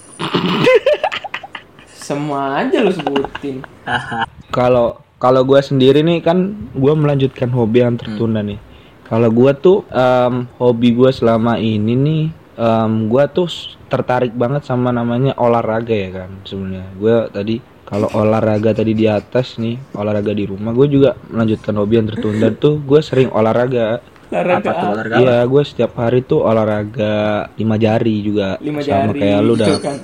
Speaker 3: Semua aja lu sebutin.
Speaker 2: kalau kalau gue sendiri nih kan gue melanjutkan hobi
Speaker 3: Hmm.
Speaker 2: yang tertunda nih kalau gue tuh em, hobi gue selama ini nih gue tuh s- tertarik banget sama namanya olahraga ya kan sebenarnya gue tadi kalau
Speaker 3: Hmm.
Speaker 2: olahraga tadi di atas nih olahraga di rumah gue juga melanjutkan hobi yang tertunda tuh gue sering olahraga
Speaker 4: apa tuh
Speaker 3: Hmm. Olahraga
Speaker 4: olahraga
Speaker 2: iya gue setiap hari tuh olahraga lima jari juga
Speaker 3: lima
Speaker 2: sama
Speaker 3: jari.
Speaker 2: kayak lu
Speaker 3: gitu
Speaker 2: dah
Speaker 3: kan.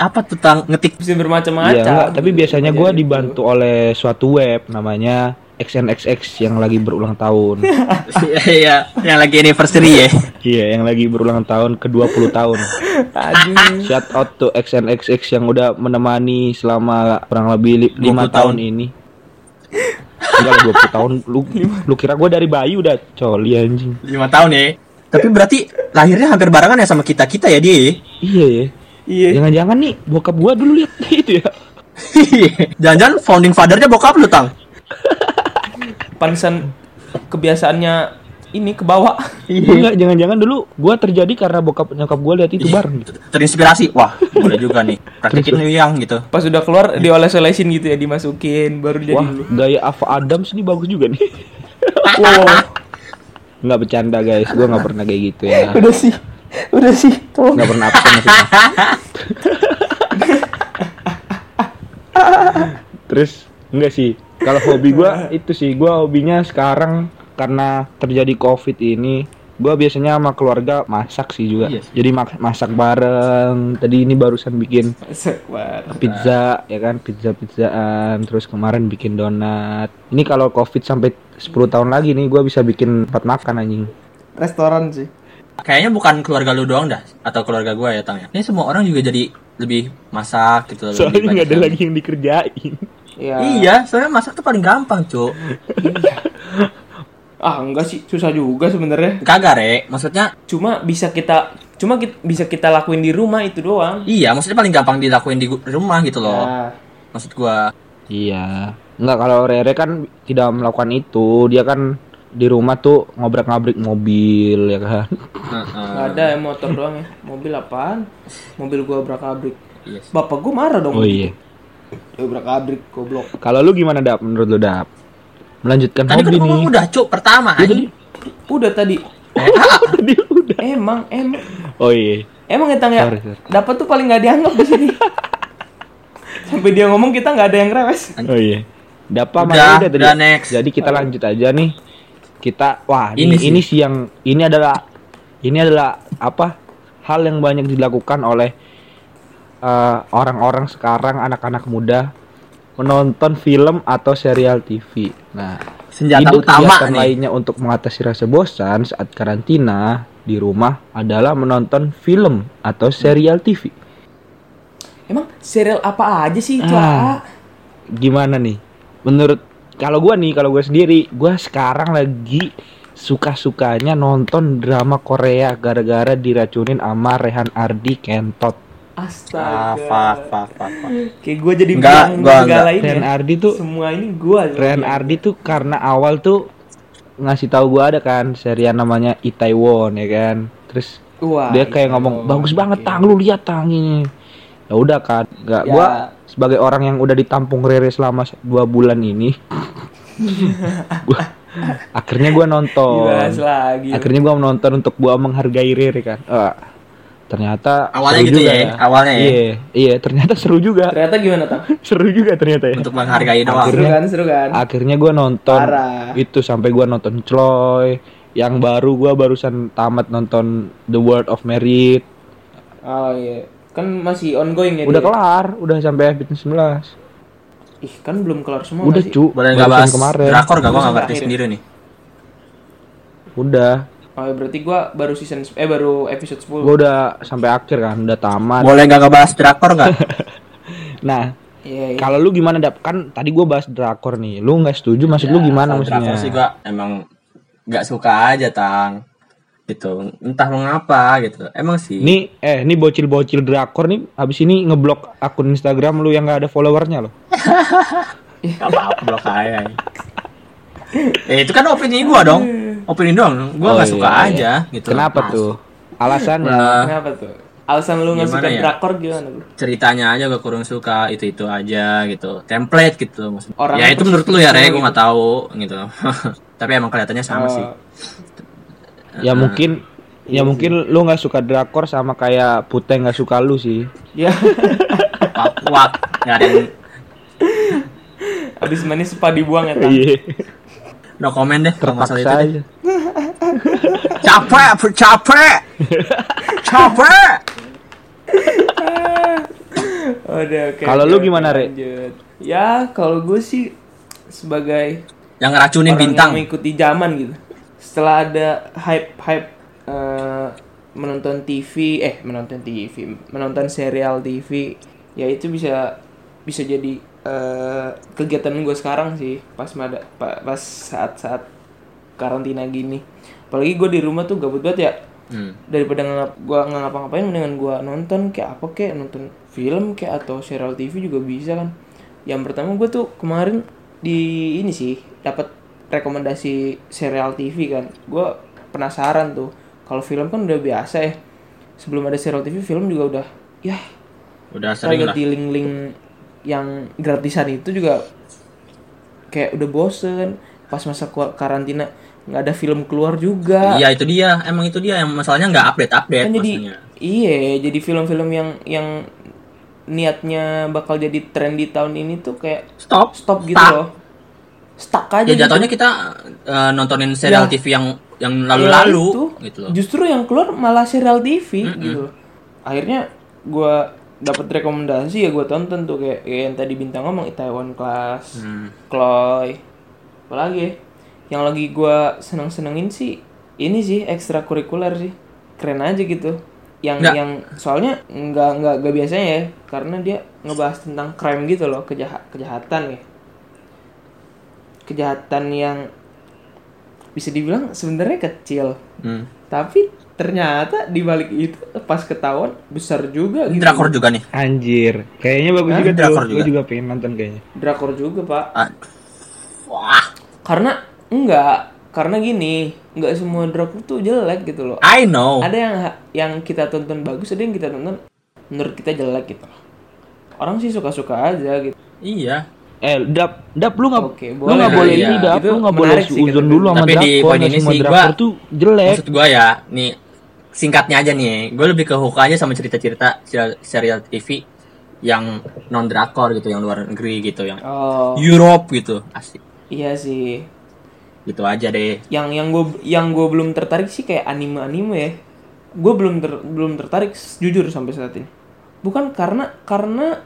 Speaker 4: apa tuh tang ngetik
Speaker 3: Bisa bermacam-macam.
Speaker 2: Iya, enggak, tapi
Speaker 3: gitu,
Speaker 2: biasanya
Speaker 3: lima
Speaker 2: gue
Speaker 3: jari
Speaker 2: dibantu oleh suatu web namanya XNXX yang lagi berulang tahun.
Speaker 3: [laughs]
Speaker 4: [laughs] iya yang lagi anniversary ya
Speaker 2: iya, yang lagi berulang tahun ke-20
Speaker 3: [laughs]
Speaker 2: tahun.
Speaker 3: gitu. Aduh.
Speaker 2: Shout out to XNXX yang udah menemani selama kurang lebih 5 tahun,
Speaker 4: 20 tahun.
Speaker 2: ini. Enggak lah, 20 tahun lu lu kira gue dari bayu udah coli anjing.
Speaker 4: lima tahun ya tapi berarti lahirnya hampir barengan ya sama kita kita ya dia
Speaker 2: Iya ya. [laughs]
Speaker 3: Iya.
Speaker 2: Jangan-jangan nih bokap gua dulu lihat [laughs] itu ya.
Speaker 4: [laughs] jangan-jangan founding fathernya bokap lu tang
Speaker 3: Pantesan kebiasaannya ini ke bawah. [laughs]
Speaker 2: Enggak, jangan-jangan dulu gua terjadi karena bokap nyokap gua lihat itu
Speaker 3: Iya.
Speaker 2: bareng gitu.
Speaker 4: terinspirasi wah boleh juga
Speaker 2: [laughs]
Speaker 4: nih praktekin lu yang gitu
Speaker 3: Pas udah keluar dioles-olesin gitu ya, dimasukin baru jadi
Speaker 2: Wah, [laughs]
Speaker 3: lu.
Speaker 2: gaya Ava Adams ini bagus juga nih. [laughs]
Speaker 3: Wow.
Speaker 2: Nggak bercanda guys, gue nggak pernah kayak gitu ya.
Speaker 3: udah sih. Udah sih. Tolong.
Speaker 2: Nggak pernah absen maksudnya. Terus enggak sih. Kalau hobi gue itu sih, gue hobinya sekarang karena terjadi covid ini, gue biasanya sama keluarga masak sih juga.
Speaker 4: Iya sih.
Speaker 2: Jadi mak- masak bareng. Tadi ini barusan bikin
Speaker 3: Sekbar.
Speaker 2: pizza ya kan pizza pizzaan terus kemarin bikin donat ini kalau covid sampai 10 tahun lagi nih gua bisa bikin tempat makan anjing
Speaker 3: Restoran sih.
Speaker 4: kayaknya bukan keluarga lu doang dah atau keluarga gua ya tang ya ini semua orang juga jadi lebih masak gitu lebih
Speaker 2: soalnya nggak ada
Speaker 4: banyak-
Speaker 2: lagi yang dikerjain
Speaker 3: Iya.
Speaker 4: iya soalnya masak tuh paling gampang cuk
Speaker 3: Ah, enggak sih, susah juga sebenarnya.
Speaker 4: kagak re maksudnya
Speaker 3: Cuma bisa kita cuma kit- bisa kita lakuin di rumah itu doang.
Speaker 4: iya maksudnya paling gampang dilakuin di gu- rumah gitu loh
Speaker 2: Ya.
Speaker 3: Nah,
Speaker 4: maksud gua
Speaker 2: iya nggak kalau Rere kan tidak melakukan itu dia kan di rumah tuh ngobrak-ngabrik mobil ya kan
Speaker 4: Heeh.
Speaker 3: nggak ada ya motor doang ya. Mobil apaan? Mobil gua abrak-abrik.
Speaker 4: Iya sih.
Speaker 3: Bapak gua marah dong.
Speaker 2: oh iya
Speaker 3: Obrak-abrik goblok.
Speaker 2: kalau lu gimana dap menurut lu dap melanjutkan
Speaker 4: tadi kan
Speaker 2: hobi nih
Speaker 4: gua udah cuk pertama anjing.
Speaker 3: Udah tadi
Speaker 2: Tadi udah.
Speaker 3: emang emang
Speaker 2: oh iya
Speaker 3: emang ya Tang, ya
Speaker 2: Sorry, sorry.
Speaker 3: dapat tuh paling nggak dianggap di
Speaker 2: [laughs]
Speaker 3: sini. Sampai dia ngomong kita nggak ada yang rewes.
Speaker 2: Oh iya. Dapa
Speaker 4: Udah,
Speaker 2: mana udah tadi.
Speaker 4: udah next.
Speaker 2: Jadi kita lanjut aja nih. Kita wah ini
Speaker 4: Ini
Speaker 2: ini sih yang ini adalah ini adalah apa? Hal yang banyak dilakukan oleh eh, orang-orang sekarang anak-anak muda menonton film atau serial TV. Nah,
Speaker 4: senjata
Speaker 2: hidup
Speaker 4: utama
Speaker 2: kegiatan
Speaker 4: nih
Speaker 2: lainnya untuk mengatasi rasa bosan saat karantina di rumah adalah menonton film atau serial TV.
Speaker 3: Emang serial apa aja sih itu?
Speaker 2: Ah.
Speaker 3: Ah.
Speaker 2: gimana nih? Menurut kalau gua nih, kalau gue sendiri, gua sekarang lagi suka-sukanya nonton drama Korea gara-gara diracunin sama Rehan Ardi Kentot.
Speaker 4: Ah,
Speaker 3: Astaga.
Speaker 4: fuck, fuck, fuck, fuck.
Speaker 3: Kayak gue jadi
Speaker 4: Enggak,
Speaker 3: bilang
Speaker 4: gua
Speaker 3: segala ini
Speaker 2: Rehan
Speaker 3: ya.
Speaker 2: Ardi tuh
Speaker 3: Semua ini gue.
Speaker 2: Rehan Ardi tuh karena awal tuh ngasih tahu gua ada kan serial namanya Itaewon ya kan. Terus
Speaker 3: Wah,
Speaker 2: dia
Speaker 3: iya.
Speaker 2: kayak
Speaker 3: itu.
Speaker 2: ngomong bagus
Speaker 3: iya.
Speaker 2: banget tang lu lihat tang ini. Ya udah kan, nggak
Speaker 3: Ya.
Speaker 2: gua sebagai orang yang udah ditampung Rere selama se- dua bulan ini, gua akhirnya gua
Speaker 3: Dibahas
Speaker 2: nonton.
Speaker 3: lagi.
Speaker 2: "Oh." Akhirnya gua menonton untuk gua menghargai Rere kan. Ah, ternyata
Speaker 4: Awalnya
Speaker 2: seru
Speaker 4: gitu
Speaker 2: juga
Speaker 4: ya, awalnya ya.
Speaker 2: Iya, iya ternyata seru
Speaker 4: [laughs]
Speaker 2: juga,
Speaker 3: Ternyata gimana tang?
Speaker 2: seru juga ternyata ya.
Speaker 4: untuk menghargai doang
Speaker 3: Seru kan, seru kan.
Speaker 2: Akhirnya gua nonton
Speaker 3: Parah.
Speaker 2: itu sampai gua nonton Chloy yang baru gua barusan tamat nonton The World of Merit
Speaker 3: Oh iya. Kan masih ongoing ya.
Speaker 2: udah
Speaker 3: dia?
Speaker 2: kelar udah sampai episode 19
Speaker 3: Ih kan belum kelar semua.
Speaker 2: udah
Speaker 3: nggak sih?
Speaker 2: cu
Speaker 4: boleh nggak
Speaker 2: barusan
Speaker 4: bahas
Speaker 2: kemarin
Speaker 4: drakor gak gua nggak ngerti
Speaker 3: Akhirnya.
Speaker 4: sendiri nih
Speaker 2: udah
Speaker 3: Oh iya, berarti gue baru season eh baru episode 10
Speaker 2: gua udah sampai akhir kan udah tamat
Speaker 4: boleh nggak ngebahas drakor nggak
Speaker 2: Nah,
Speaker 3: Iya, iya.
Speaker 2: kalau lu gimana dap? Kan tadi gua bahas drakor nih. Lu nggak setuju? Maksud [laughs] lu gimana
Speaker 4: Soal
Speaker 2: maksudnya?
Speaker 4: drakor sih gua emang nggak suka aja tang gitu entah mengapa gitu emang sih
Speaker 2: Nih, eh, nih bocil-bocil drakor nih habis ini ngeblok akun Instagram lu yang gak ada followernya loh.
Speaker 4: Gak apa-apa blok aja. Eh, itu kan opini gua dong. Opini dong. Gua
Speaker 2: Oh,
Speaker 4: nggak suka
Speaker 2: iya,
Speaker 4: aja gitu.
Speaker 2: Kenapa
Speaker 4: Nah,
Speaker 2: tuh? Alasannya
Speaker 4: eh,
Speaker 3: Kenapa tuh? Alasan lu nggak
Speaker 4: Gimana
Speaker 3: suka
Speaker 4: ya?
Speaker 3: drakor gimana bro?
Speaker 4: ceritanya aja gua kurang suka itu-itu aja gitu. Template gitu maksudnya.
Speaker 3: Orang
Speaker 4: ya itu menurut lu ya, Re,
Speaker 3: gitu.
Speaker 4: gua nggak tahu gitu. [laughs] Tapi emang kelihatannya sama sih.
Speaker 3: Oh,
Speaker 2: ya mungkin ya mungkin lu nggak suka drakor sama kayak Putih nggak suka lu sih.
Speaker 3: Ya,
Speaker 4: Wak, nggak ada yang
Speaker 3: [laughs] abis manis sepa dibuang ya Tang.
Speaker 2: Iya.
Speaker 4: no komen deh kalau masalah
Speaker 2: Terpaksa
Speaker 4: itu. deh.
Speaker 2: aja.
Speaker 4: Capek, Pur,
Speaker 2: [laughs]
Speaker 4: capek. capek.
Speaker 3: [laughs] Udah, oke.
Speaker 2: Kalau
Speaker 3: oke,
Speaker 2: lu
Speaker 3: oke,
Speaker 2: gimana, Re?
Speaker 3: lanjut. Ya, kalau gue sih sebagai
Speaker 4: Yang ngeracunin
Speaker 3: orang
Speaker 4: bintang.
Speaker 3: yang mengikuti zaman gitu. Setelah ada hype-hype eh, menonton TV, eh menonton TV, menonton serial TV, ya itu bisa bisa jadi eh, kegiatan gue sekarang sih pas mada, pa- pas saat-saat karantina gini. Apalagi gue di rumah tuh gabut banget ya.
Speaker 4: Hmm.
Speaker 3: Daripada ngap gua nggak ngapa-ngapain mendingan gua nonton kayak apa kayak nonton film kayak atau serial TV juga bisa kan. Yang pertama gue tuh kemarin di ini sih dapat rekomendasi serial TV kan. Gue penasaran tuh. Kalau film kan udah biasa ya. Sebelum ada serial TV film juga udah ya
Speaker 4: Udah sering
Speaker 3: kayak
Speaker 4: lah.
Speaker 3: di link-link yang gratisan itu juga kayak udah bosen pas masa kuar- karantina nggak ada film keluar juga
Speaker 4: Iya itu dia, emang itu dia yang masalahnya nggak update update
Speaker 3: kan jadi
Speaker 4: maksudnya.
Speaker 3: iya jadi film-film yang yang niatnya bakal jadi tren di tahun ini tuh kayak
Speaker 4: Stop,
Speaker 3: stop gitu
Speaker 4: Stuck.
Speaker 3: loh stuck aja
Speaker 4: ya
Speaker 3: gitu.
Speaker 4: jatuhnya kita eh, nontonin serial
Speaker 3: Ya.
Speaker 4: TV yang yang
Speaker 3: Ya, itu.
Speaker 4: lalu-lalu gitu loh.
Speaker 3: Justru yang keluar malah serial TV gitu loh. Akhirnya gua dapat rekomendasi ya gua tonton tuh kayak, kayak yang tadi bintang ngomong Itaewon Class,
Speaker 4: Hmm.
Speaker 3: Chloe, apalagi ya? yang lagi gua seneng-senengin sih ini sih ekstrakurikuler sih keren aja gitu yang
Speaker 4: Nggak.
Speaker 3: yang soalnya nggak nggak nggak biasanya ya karena dia ngebahas tentang crime gitu loh kejahat kejahatan ya kejahatan yang bisa dibilang sebenarnya kecil
Speaker 4: Hmm.
Speaker 3: tapi ternyata di balik itu pas ketahuan besar juga
Speaker 4: Ini
Speaker 3: gitu
Speaker 4: drakor juga nih.
Speaker 2: Anjir, kayaknya bagus juga tuh.
Speaker 4: Kan drakor
Speaker 2: Gua
Speaker 4: juga.
Speaker 2: juga pengen nonton kayaknya.
Speaker 3: drakor juga pak
Speaker 4: Aduh. Wah,
Speaker 3: karena enggak karena gini enggak semua drakor tuh jelek gitu loh
Speaker 4: I know.
Speaker 3: ada yang yang kita tonton bagus ada yang kita tonton menurut kita jelek gitu orang sih suka-suka aja gitu
Speaker 4: Iya.
Speaker 2: Eh, dap, dap lu nggak,
Speaker 3: Oke,
Speaker 2: lu
Speaker 3: boleh,
Speaker 2: nggak boleh
Speaker 4: iya.
Speaker 2: ini dap,
Speaker 3: Itu
Speaker 2: lu nggak boleh
Speaker 3: menarik sih,
Speaker 2: seuzon
Speaker 3: kata
Speaker 2: dulu sama
Speaker 4: Tapi di
Speaker 2: drakor.
Speaker 4: poin
Speaker 2: nggak
Speaker 4: ini
Speaker 2: semua
Speaker 4: sih,
Speaker 2: drakor
Speaker 4: gua-
Speaker 2: tuh jelek.
Speaker 4: Maksud gua ya, nih singkatnya aja nih. Gue lebih ke hook aja sama cerita-cerita serial- serial TV yang non drakor gitu, yang luar negeri gitu, yang
Speaker 3: oh
Speaker 4: Europe gitu. Asik.
Speaker 3: iya sih
Speaker 4: Gitu aja deh.
Speaker 3: yang yang gue yang gue belum tertarik sih kayak anime anime ya gue belum ter- belum tertarik jujur sampai saat ini bukan karena karena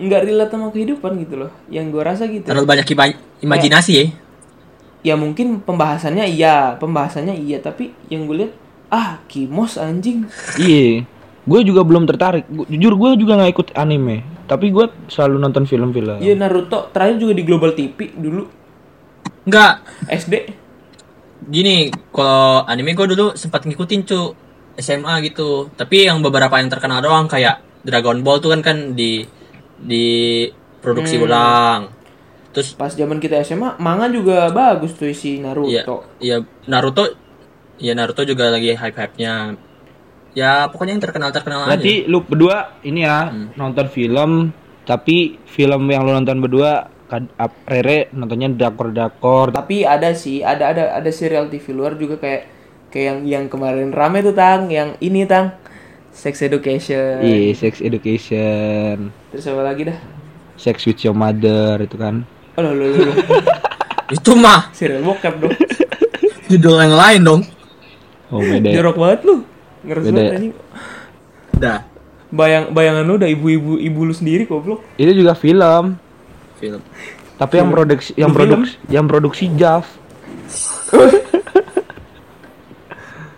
Speaker 3: nggak relate sama kehidupan gitu loh yang gue rasa gitu
Speaker 4: Terlalu banyak ima- imajinasi ya.
Speaker 3: ya mungkin pembahasannya iya pembahasannya iya tapi yang gue lihat ah kimos anjing
Speaker 2: Iya, gue juga belum tertarik. Gua- jujur gue juga nggak ikut anime, tapi gue selalu nonton film-film.
Speaker 3: ya Naruto terakhir juga di Global TV dulu
Speaker 4: Enggak,
Speaker 3: SD
Speaker 4: gini kalau anime gue dulu sempat ngikutin cu SMA gitu tapi yang beberapa yang terkenal doang kayak Dragon Ball tuh kan kan di di produksi ulang terus
Speaker 3: pas zaman kita SMA manga juga bagus tuh isi
Speaker 4: ya
Speaker 3: Naruto
Speaker 4: ya Naruto ya Naruto juga lagi hype hype nya ya pokoknya yang terkenal terkenal aja
Speaker 2: Berarti lu berdua ini ya
Speaker 3: Hmm.
Speaker 2: nonton film, tapi film yang lu nonton berdua kad, ap- Rere nontonnya drakor-drakor.
Speaker 3: tapi ada sih ada ada ada serial TV luar juga kayak kayak yang yang kemarin rame tuh tang yang ini tang Sex Education
Speaker 2: Iya, sex education,
Speaker 3: terus apa lagi dah
Speaker 2: sex with your mother itu kan.
Speaker 3: oh loh, loh, loh,
Speaker 2: [laughs]
Speaker 3: loh.
Speaker 4: itu mah
Speaker 3: serial bokep dong
Speaker 4: judul yang lain dong
Speaker 2: Oh beda.
Speaker 3: jorok banget lu ngeres
Speaker 2: Beda
Speaker 3: banget
Speaker 2: ya.
Speaker 3: anjing.
Speaker 4: dah
Speaker 3: bayang bayangan lu udah ibu-ibu ibu lu sendiri goblok
Speaker 2: itu juga film,
Speaker 4: film
Speaker 2: tapi yang produksi yang
Speaker 3: Film.
Speaker 2: produksi yang produksi Jav.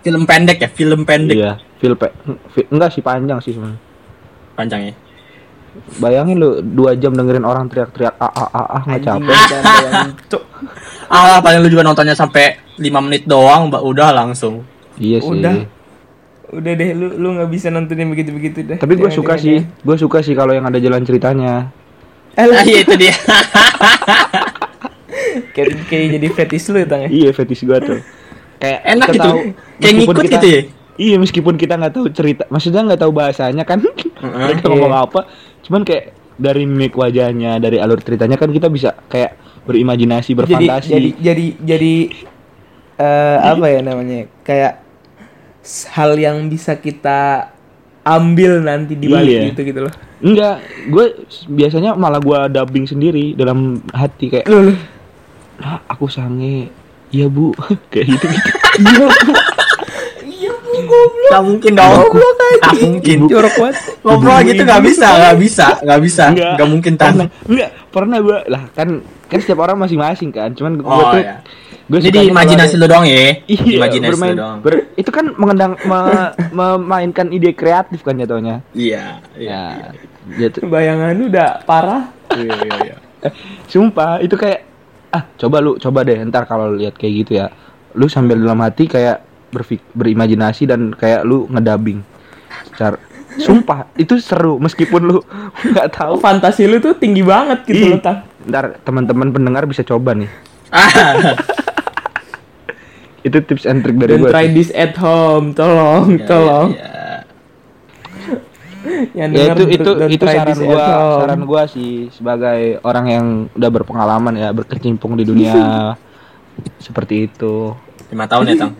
Speaker 4: film pendek ya film pendek
Speaker 2: Iya, film pe- fi- enggak sih panjang sih sebenarnya.
Speaker 4: panjang ya
Speaker 2: Bayangin lu dua jam dengerin orang teriak-teriak ah ah ah ah nggak capek.
Speaker 3: Iya, kan,
Speaker 4: Ah, paling lu juga nontonnya sampai 5 menit doang, mbak udah
Speaker 2: [laughs]
Speaker 4: langsung.
Speaker 2: Iya sih.
Speaker 3: Udah. Udah deh lu lu nggak bisa nonton yang begitu-begitu deh.
Speaker 2: Tapi gue
Speaker 3: Jangan
Speaker 2: suka
Speaker 3: dengerin.
Speaker 2: sih, gue suka sih kalau yang ada jalan ceritanya.
Speaker 3: Eh lu
Speaker 4: Ah, iya itu dia.
Speaker 3: kayak, kayak jadi fetish lu ya Tang, ya?
Speaker 2: Iya fetish gue tuh. Kayak
Speaker 4: Eh. [laughs] Enak
Speaker 2: kita
Speaker 4: gitu.
Speaker 2: tahu,
Speaker 4: Kayak
Speaker 2: meskipun
Speaker 4: ngikut
Speaker 2: kita-
Speaker 4: gitu ya.
Speaker 2: Iya meskipun kita nggak tahu cerita, maksudnya nggak tahu bahasanya kan, [laughs] mereka ngomong
Speaker 4: Iya.
Speaker 2: apa, cuman kayak dari mimik wajahnya, dari alur ceritanya kan kita bisa kayak berimajinasi,
Speaker 3: Jadi
Speaker 2: berfantasi.
Speaker 3: jadi jadi jadi eh, apa ya namanya? Kayak s- hal yang bisa kita ambil nanti di balik
Speaker 2: Iya.
Speaker 3: gitu gitu loh.
Speaker 2: Enggak, gue biasanya malah gue dubbing sendiri dalam hati kayak,
Speaker 3: Lu lu.
Speaker 2: "Ah, aku sange, iya bu, [laughs] kayak gitu.
Speaker 3: Iya,
Speaker 4: Gak mungkin dong. Gak
Speaker 2: [laughs]
Speaker 4: mungkin.
Speaker 3: Jorok banget.
Speaker 4: Iya, Ngobrol gitu gak bisa, gak bisa, gak bisa. Gak mungkin tan.
Speaker 2: Pernah- Enggak, pernah gue lah kan kan setiap orang masing-masing kan, cuman gue
Speaker 4: Oh
Speaker 2: tuh
Speaker 4: ya.
Speaker 2: gue
Speaker 4: Jadi imajinasi lu doang ya. Imajinasi lu
Speaker 2: gitu Iya, bermain,
Speaker 4: doang.
Speaker 2: ber- itu kan mengendang [laughs] me- memainkan ide kreatif kan jatuhnya.
Speaker 4: Iya, iya.
Speaker 2: Ya, jatuh.
Speaker 3: Bayangan lu udah parah.
Speaker 4: Iya, iya, iya.
Speaker 2: Sumpah, itu kayak ah coba lu coba deh ntar kalau lu lihat kayak gitu ya, lu sambil dalam hati kayak berfik- berimajinasi dan kayak lu ngedabing. Secara, sumpah itu seru meskipun lu [laughs] nggak tahu.
Speaker 3: Fantasi lu tuh tinggi banget Oh, gitu
Speaker 2: Ih,
Speaker 3: loh Tang.
Speaker 2: ntar teman-teman pendengar bisa coba nih.
Speaker 4: Ah,
Speaker 2: [laughs] Itu tips and trick dari
Speaker 3: Don't
Speaker 2: gue.
Speaker 3: try this at home,
Speaker 4: Ya,
Speaker 3: tolong, tolong.
Speaker 4: iya.
Speaker 3: Yang
Speaker 2: ya
Speaker 3: denger,
Speaker 2: itu itu
Speaker 3: don't
Speaker 2: itu
Speaker 3: try
Speaker 2: saran
Speaker 3: this at
Speaker 2: gua
Speaker 3: home.
Speaker 2: saran gua sih sebagai orang yang udah berpengalaman ya berkecimpung di
Speaker 3: [laughs]
Speaker 2: dunia seperti itu
Speaker 4: Lima tahun ya, Tang.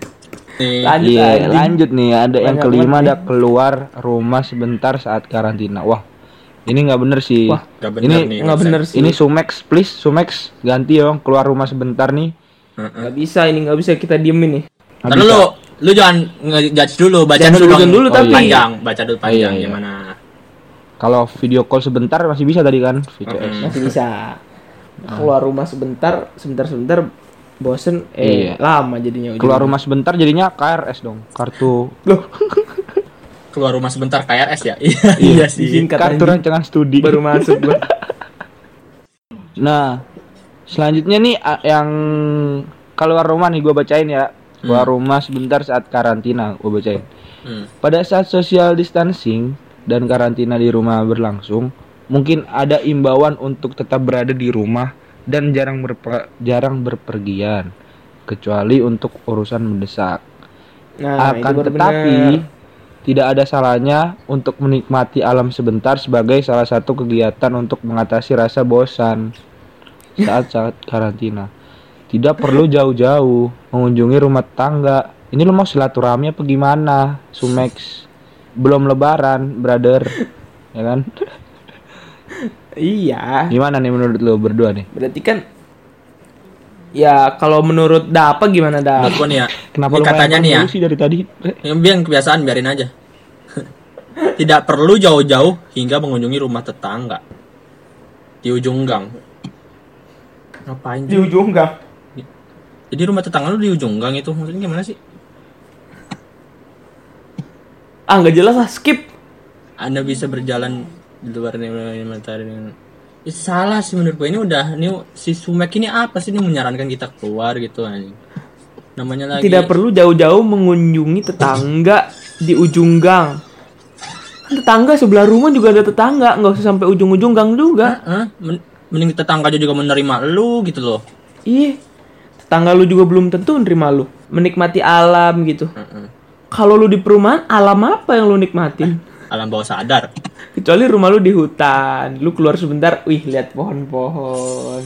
Speaker 4: Nih,
Speaker 3: Lanjut,
Speaker 2: iya
Speaker 3: lanjut.
Speaker 2: lanjut nih ada yang
Speaker 3: Banyak
Speaker 2: kelima
Speaker 3: banget
Speaker 2: ada keluar rumah sebentar saat karantina wah ini nggak bener sih
Speaker 3: Wah,
Speaker 4: Gak
Speaker 2: ini
Speaker 4: bener nih.
Speaker 3: nggak bener sih.
Speaker 2: ini sumex please sumex ganti dong keluar rumah sebentar nih
Speaker 4: Heeh.
Speaker 3: Nggak bisa ini nggak bisa kita diemin nih.
Speaker 2: Nggak
Speaker 4: Ntar
Speaker 2: bisa.
Speaker 4: lu, lu jangan ngejudge dulu, baca
Speaker 3: Jangan
Speaker 4: dulu
Speaker 3: suzon
Speaker 4: dong.
Speaker 3: dulu,
Speaker 2: tapi.
Speaker 4: panjang, baca dulu panjang
Speaker 2: Iya, iya.
Speaker 4: gimana.
Speaker 2: kalau video call sebentar masih bisa tadi kan VCS
Speaker 3: Masih bisa. Keluar rumah sebentar, sebentar sebentar bosen eh
Speaker 2: Iya.
Speaker 3: lama jadinya
Speaker 2: keluar rumah sebentar jadinya KRS dong kartu [laughs]
Speaker 3: Loh,
Speaker 4: Keluar rumah sebentar KRS ya. Iya, [laughs] iya sih.
Speaker 3: disingkat
Speaker 2: kartu
Speaker 3: anjing.
Speaker 2: rancangan studi
Speaker 3: [laughs] baru masuk gua.
Speaker 2: Nah, selanjutnya nih a- yang keluar rumah nih gue bacain ya. Keluar rumah sebentar saat karantina gue bacain.
Speaker 4: Hmm.
Speaker 2: Pada saat social distancing dan karantina di rumah berlangsung, mungkin ada imbauan untuk tetap berada di rumah dan jarang berpe- jarang berpergian kecuali untuk urusan mendesak.
Speaker 3: Nah, itu
Speaker 2: Akan
Speaker 3: baru
Speaker 2: tetapi
Speaker 3: bener.
Speaker 2: tidak ada salahnya untuk menikmati alam sebentar sebagai salah satu kegiatan untuk mengatasi rasa bosan saat saat karantina. Tidak perlu jauh-jauh mengunjungi rumah tangga. Ini lo mau silaturahmi apa gimana? Sumex belum lebaran, brother. Ya kan?
Speaker 3: iya.
Speaker 2: Gimana nih menurut lo berdua nih?
Speaker 3: Berarti kan ya kalau menurut Dapa gimana Dapa?
Speaker 4: Menurut gua nih ya.
Speaker 2: Kenapa
Speaker 4: ini
Speaker 2: lo
Speaker 4: katanya nih ya.
Speaker 2: sih dari tadi?
Speaker 4: Yang biang kebiasaan biarin aja. [laughs] Tidak perlu jauh-jauh hingga mengunjungi rumah tetangga. Di ujung gang. Ngapain?
Speaker 3: Di
Speaker 4: Ju?
Speaker 3: ujung enggak?
Speaker 4: Jadi rumah tetangga lu di ujung gang itu maksudnya gimana sih?
Speaker 3: Ah, nggak jelas lah, skip.
Speaker 4: Anda bisa berjalan di luar dari matahari dengan Ya, salah sih menurut gue ini udah ini si Sumek ini apa sih ini menyarankan kita keluar gitu anjing. Namanya lagi
Speaker 3: Tidak perlu jauh-jauh mengunjungi tetangga di ujung gang. Kan tetangga sebelah rumah juga ada tetangga, nggak usah sampai ujung-ujung gang juga.
Speaker 4: Hah? Men- mending tetangga aja juga menerima lu gitu loh.
Speaker 3: Ih, Iya. tetangga lu juga belum tentu nerima lu. Menikmati alam gitu.
Speaker 4: Heeh.
Speaker 3: Kalau lu di perumahan, alam apa yang lu nikmatin?
Speaker 4: Alam bawah sadar.
Speaker 3: Kecuali rumah lu di hutan, lu keluar sebentar, wih lihat pohon-pohon.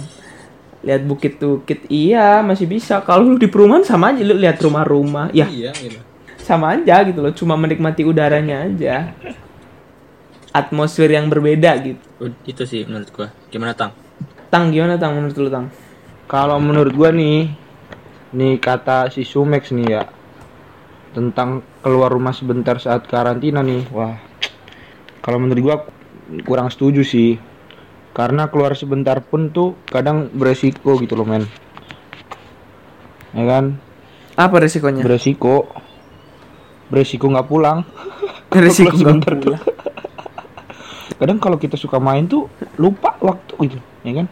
Speaker 3: Lihat bukit-bukit, iya masih bisa. Kalau lu di perumahan sama aja, lu lihat rumah-rumah. Ya,
Speaker 4: Iya gitu.
Speaker 3: sama aja gitu loh, cuma menikmati udaranya aja. Atmosfer yang berbeda gitu.
Speaker 4: Ud- Itu sih menurut gua. Gimana Tang?
Speaker 3: Tang, gimana Tang menurut lu Tang?
Speaker 2: Kalau menurut gua nih, nih kata si Sumex nih ya tentang keluar rumah sebentar saat karantina nih. Wah, kalau menurut gua kurang setuju sih. Karena keluar sebentar pun tuh kadang beresiko gitu loh men. Ya kan,
Speaker 3: Apa resikonya?
Speaker 2: beresiko. Beresiko nggak pulang.
Speaker 3: Resiko
Speaker 2: Keluar sebentar
Speaker 3: nggak pulang.
Speaker 2: kadang kalau kita suka main tuh lupa waktu gitu ya kan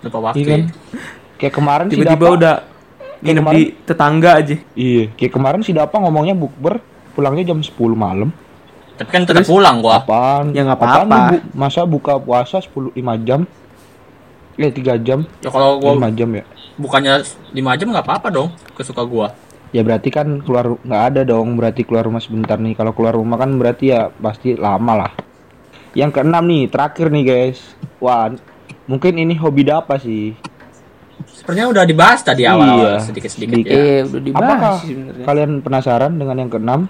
Speaker 4: lupa
Speaker 2: Iya
Speaker 4: waktu
Speaker 2: kan?
Speaker 4: ya.
Speaker 2: kayak kemarin si
Speaker 3: tiba-tiba
Speaker 2: Dapa-
Speaker 3: udah nginep di tetangga aja
Speaker 2: iya kayak kemarin si Dapa ngomongnya bukber pulangnya jam 10 malam
Speaker 4: tapi kan tetap pulang gua
Speaker 2: apaan
Speaker 3: Ya, nggak
Speaker 2: apaan
Speaker 3: apa-apa.
Speaker 2: lu, Bu? masa buka puasa 10 5 jam eh 3 jam
Speaker 4: ya kalau gua
Speaker 2: 5 jam ya
Speaker 4: bukannya 5 jam nggak apa-apa dong kesuka gua
Speaker 2: ya berarti kan keluar nggak ada dong berarti keluar rumah sebentar nih kalau keluar rumah kan berarti ya pasti lama lah yang keenam nih terakhir nih guys wah mungkin ini hobi apa sih
Speaker 4: sepertinya udah dibahas tadi
Speaker 2: Iya,
Speaker 4: awal sedikit-sedikit
Speaker 2: sedikit.
Speaker 3: eh
Speaker 4: ya
Speaker 3: udah
Speaker 2: apakah
Speaker 3: dibahas sih sebenarnya
Speaker 2: kalian penasaran dengan yang keenam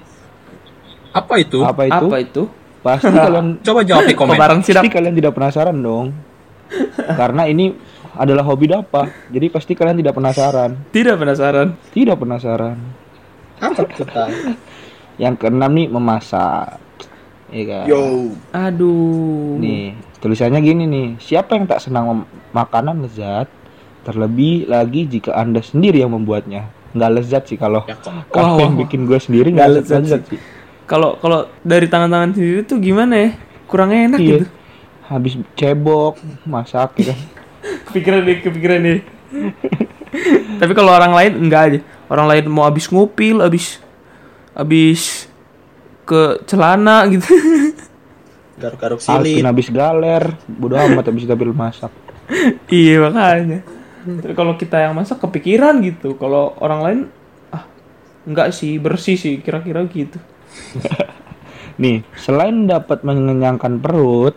Speaker 4: apa itu
Speaker 2: apa itu
Speaker 3: apa itu [laughs]
Speaker 2: pasti kalian
Speaker 4: coba jawab di komen
Speaker 3: kebarang sidap
Speaker 2: pasti kalian tidak penasaran dong karena ini adalah hobi apa jadi pasti kalian tidak penasaran
Speaker 3: tidak penasaran
Speaker 2: tidak penasaran
Speaker 4: apa kita
Speaker 2: yang keenam nih memasak Iya kan?
Speaker 3: aduh
Speaker 2: Nih, tulisannya gini nih. Siapa yang tak senang mem- makanan lezat? Terlebih lagi jika Anda sendiri yang membuatnya. Nggak lezat sih kalau
Speaker 4: ya kok
Speaker 2: kalau
Speaker 3: Wah,
Speaker 2: yang
Speaker 3: wah,
Speaker 2: bikin gue sendiri nggak
Speaker 3: Nggak
Speaker 2: lezat,
Speaker 3: lezat
Speaker 2: sih.
Speaker 3: kalau kalau dari tangan-tangan sendiri tuh gimana ya kurang enak
Speaker 2: Iya.
Speaker 3: gitu
Speaker 2: Habis cebok, masak ya kan.
Speaker 3: [laughs] kepikiran deh kepikiran deh [laughs] tapi kalau orang lain enggak aja orang lain mau abis ngupil abis abis ke celana gitu [laughs]
Speaker 4: garuk-garuk
Speaker 2: Alvin habis galer, bodo amat habis itu ambil masak.
Speaker 3: iya makanya tapi kalau kita yang masak kepikiran gitu kalau orang lain ah enggak sih bersih sih kira-kira gitu
Speaker 2: Nih, selain dapat mengenyangkan perut,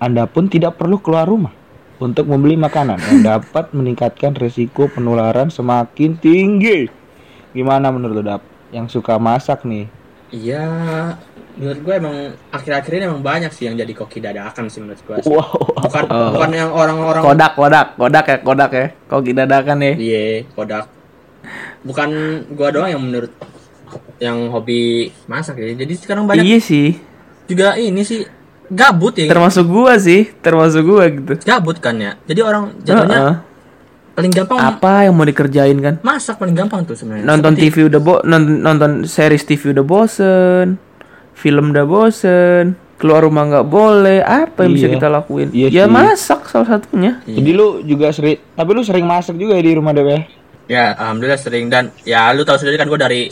Speaker 2: Anda pun tidak perlu keluar rumah untuk membeli makanan [laughs] yang dapat meningkatkan risiko penularan semakin tinggi. Gimana menurut lo, Dap? Yang suka masak nih.
Speaker 4: Iya, menurut gue emang akhir-akhir ini emang banyak sih yang jadi koki dadakan sih menurut gue. sih.
Speaker 2: Wow.
Speaker 4: Bukan bukan yang orang-orang
Speaker 3: Oh. kodak kodak kodak ya kodak ya kau kita dadakan ya
Speaker 4: Iya, kodak. Bukan gua doang yang menurut yang hobi masak ya. Jadi sekarang banyak
Speaker 3: iya sih
Speaker 4: juga ini sih gabut ya.
Speaker 3: termasuk gua sih termasuk gua gitu
Speaker 4: Gabut kan ya. Jadi orang jatuhnya
Speaker 3: Heeh.
Speaker 4: paling gampang
Speaker 3: apa yang mau dikerjain kan
Speaker 4: masak paling gampang tuh sebenarnya.
Speaker 3: nonton TV udah bo nonton, nonton series TV udah bosen film udah bosen keluar rumah nggak boleh apa yang bisa
Speaker 2: Iya.
Speaker 3: kita lakuin
Speaker 2: Iya
Speaker 3: ya
Speaker 2: sih.
Speaker 3: masak salah satunya
Speaker 2: Jadi lu juga sering, tapi lu sering masak juga ya di rumah Dap ya?
Speaker 4: Ya, alhamdulillah sering dan ya lu tahu sendiri kan gua dari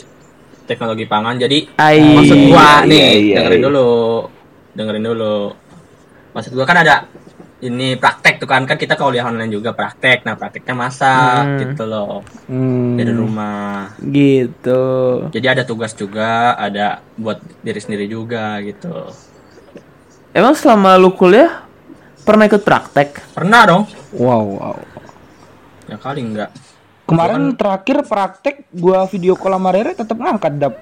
Speaker 4: teknologi pangan. Jadi
Speaker 3: Ai.
Speaker 4: maksud gua
Speaker 2: Iya,
Speaker 4: nih
Speaker 2: iya,
Speaker 4: dengerin
Speaker 2: iya.
Speaker 4: dulu dengerin dulu maksud gua kan ada ini praktek tuh kan kan kita kuliah online juga praktek nah prakteknya masak gitu loh
Speaker 2: Hmm.
Speaker 4: dari rumah
Speaker 3: gitu
Speaker 4: jadi ada tugas juga ada buat diri sendiri juga gitu
Speaker 3: emang selama lu kuliah pernah ikut praktek
Speaker 4: pernah dong
Speaker 2: Wow, wow.
Speaker 4: ya kali enggak
Speaker 2: Kemarin terakhir praktek gua video call sama Rere tetap ngangkat Dap.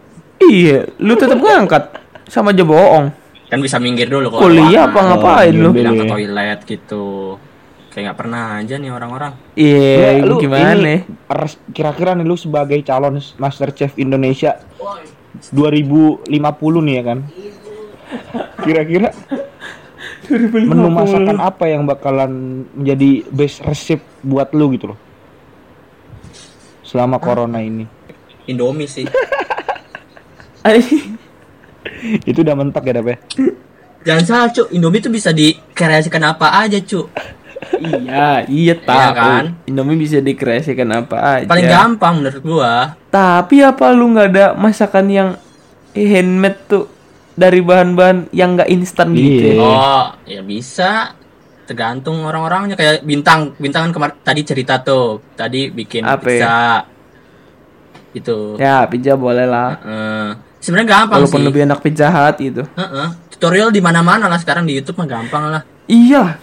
Speaker 3: iya lu tetap ngangkat sama aja bohong
Speaker 4: kan bisa minggir dulu kalau
Speaker 3: kuliah apa ngapain lu
Speaker 4: bilang ke toilet gitu kayak nggak pernah aja nih orang-orang
Speaker 2: Ya,
Speaker 3: iya lu gimana [laughs]
Speaker 2: ini pers- kira-kira nih lu sebagai calon Master Chef Indonesia 2050 nih ya kan? Kira-kira menu masakan apa yang bakalan menjadi best resep buat lu gitu loh? Selama
Speaker 3: Ah.
Speaker 2: corona ini.
Speaker 4: Indomie sih
Speaker 3: Iya,
Speaker 2: Itu udah mentok ya, Dap ya?
Speaker 4: jangan salah cu Indomie tuh bisa dikreasikan apa aja cu
Speaker 3: iya iya
Speaker 4: Iya
Speaker 3: tahu
Speaker 4: kan?
Speaker 3: Indomie bisa dikreasikan apa aja
Speaker 4: paling
Speaker 2: Iya.
Speaker 4: gampang menurut gua
Speaker 3: Tapi apa lu nggak ada masakan yang handmade tuh dari bahan-bahan yang nggak instan gitu? ya?
Speaker 2: Iya.
Speaker 4: Oh, ya bisa. Tergantung orang-orangnya kayak bintang, bintang kan kemar- tadi cerita tuh. Tadi bikin
Speaker 3: Apa ya?
Speaker 4: pizza. Gitu.
Speaker 3: Ya pizza boleh lah.
Speaker 4: Eh, sebenarnya gampang
Speaker 3: Walaupun
Speaker 4: sih.
Speaker 3: lebih enak pizza hut gitu.
Speaker 4: Heeh. Tutorial di mana-mana lah sekarang di YouTube mah gampang lah.
Speaker 3: Iya,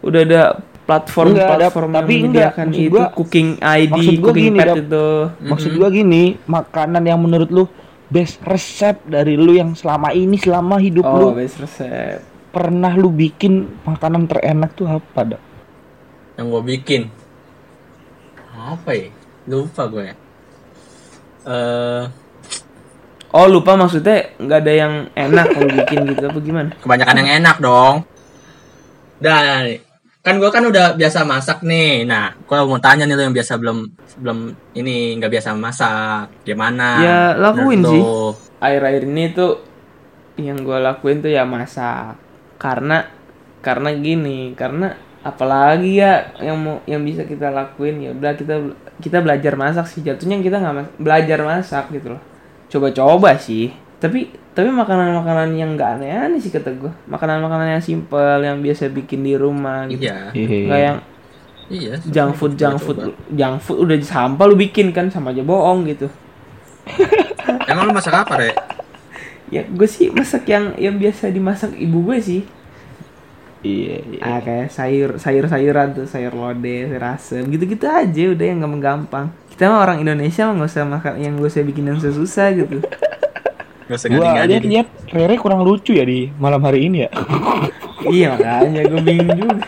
Speaker 3: udah ada
Speaker 2: Enggak, ada-
Speaker 3: platform-platform yang
Speaker 2: tapi enggak.
Speaker 3: menyediakan
Speaker 2: Maksud
Speaker 3: itu
Speaker 2: gua-
Speaker 3: cooking ID,
Speaker 2: maksud gua
Speaker 3: cooking
Speaker 2: gini,
Speaker 3: pad
Speaker 2: Dap.
Speaker 3: itu.
Speaker 2: Maksud gua gini, makanan yang menurut lu best resep dari lu yang selama ini selama hidup lu
Speaker 3: Oh, best resep.
Speaker 2: pernah lu bikin makanan terenak tuh apa, Dap?
Speaker 4: Yang gue bikin. Apa ya? Lupa gue ya. Eh,
Speaker 3: Oh lupa maksudnya nggak ada yang enak kalau bikin gitu apa gimana?
Speaker 4: kebanyakan yang enak dong. Dan kan gue kan udah biasa masak nih. Nah, gue mau tanya nih lo yang biasa belum belum ini nggak biasa masak, gimana?
Speaker 3: Ya, lakuin
Speaker 4: Menurut
Speaker 3: sih.
Speaker 4: lo?
Speaker 3: akhir-akhir ini tuh yang gue lakuin tuh ya masak karena karena gini karena apalagi ya yang mau yang bisa kita lakuin ya udah kita kita belajar masak sih jatuhnya kita nggak mas- belajar masak gitu loh coba-coba sih tapi tapi makanan-makanan yang nggak aneh-aneh sih kata gue makanan-makanan yang simple yang biasa bikin di rumah gitu
Speaker 4: Iya.
Speaker 3: nggak yang
Speaker 4: Iya.
Speaker 3: junk food junk food junk food udah sampah lu bikin kan sama aja bohong gitu
Speaker 4: Emang lu masak apa, Re?
Speaker 3: ya gue sih masak yang yang biasa dimasak ibu gue sih
Speaker 2: Iya. iya.
Speaker 3: ah kayak sayur sayur sayuran tuh sayur lodeh sayur asem gitu gitu aja udah yang gampang gampang kita mah orang Indonesia mah nggak usah makan yang gue usah bikin yang susah [laughs] gitu
Speaker 4: Gak usah
Speaker 2: Gua aja
Speaker 4: ngadi-ngadi.
Speaker 2: lihat Rere kurang lucu ya di malam hari ini ya. [laughs]
Speaker 3: iya makanya gue bingung juga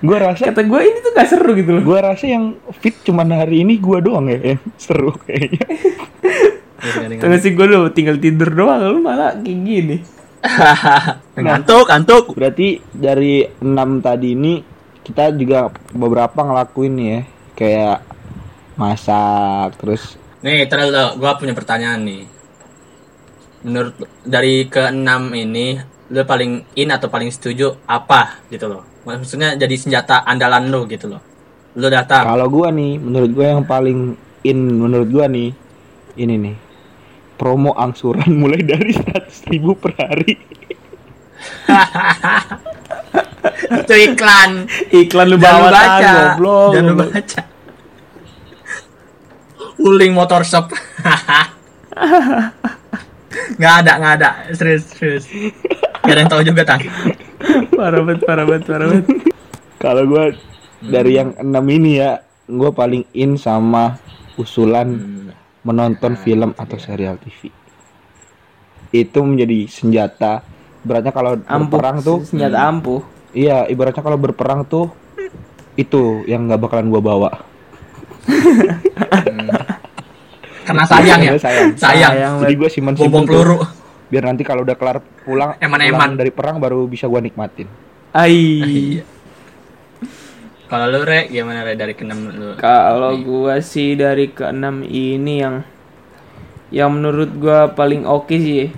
Speaker 2: gua rasa
Speaker 3: kata gue ini tuh gak seru gitu loh
Speaker 2: gua rasa yang fit cuman hari ini gua doang ya yang [laughs] seru kayaknya.
Speaker 4: Gak usah ngadi-ngadi.
Speaker 3: Tengah sih gue lo tinggal tidur doang lu malah kayak gini
Speaker 4: Ngantuk, ngantuk.
Speaker 2: Berarti dari enam tadi ini kita juga beberapa ngelakuin nih ya kayak masak terus
Speaker 4: Nih, terus gue punya pertanyaan nih. Menurut dari keenam ini, lu paling in atau paling setuju apa gitu loh? Maksudnya jadi senjata andalan lu gitu loh. Lu datang.
Speaker 2: Kalau gua nih, menurut gua yang paling in menurut gua nih ini nih promo angsuran [laughs] mulai dari 100.000 ribu per hari.
Speaker 4: [laughs] Itu iklan.
Speaker 3: iklan lu
Speaker 4: Jangan lu baca.
Speaker 3: baca goblok
Speaker 4: Jangan lu baca. [laughs] Uling motor shop. [laughs] nggak ada, nggak ada. Serius, serius. Gak ada yang tahu juga tang.
Speaker 3: parah banget parah banget parah banget
Speaker 2: Kalau gua dari
Speaker 3: Hmm.
Speaker 2: yang enam ini ya, gua paling in sama usulan
Speaker 3: Hmm.
Speaker 2: menonton
Speaker 3: Nah,
Speaker 2: film
Speaker 3: iya.
Speaker 2: atau serial TV. Itu menjadi senjata. Ibaratnya kalau
Speaker 3: ampuh
Speaker 2: berperang tuh,
Speaker 3: senjata ampuh
Speaker 2: iya, ibaratnya kalau berperang tuh itu yang nggak bakalan gua bawa.
Speaker 4: Karena sayang ya.
Speaker 2: Karena sayang.
Speaker 4: Sayang.
Speaker 2: Jadi gua simpen simpen
Speaker 4: Bom-bom peluru.
Speaker 2: biar nanti kalau udah kelar pulang
Speaker 4: Eman-eman.
Speaker 2: pulang dari perang baru bisa gua nikmatin
Speaker 3: ai
Speaker 4: Kalau lu Re, gimana Re dari keenam lu?
Speaker 3: Kalau
Speaker 2: Iya.
Speaker 3: gua sih dari keenam ini yang yang menurut gua paling oke sih.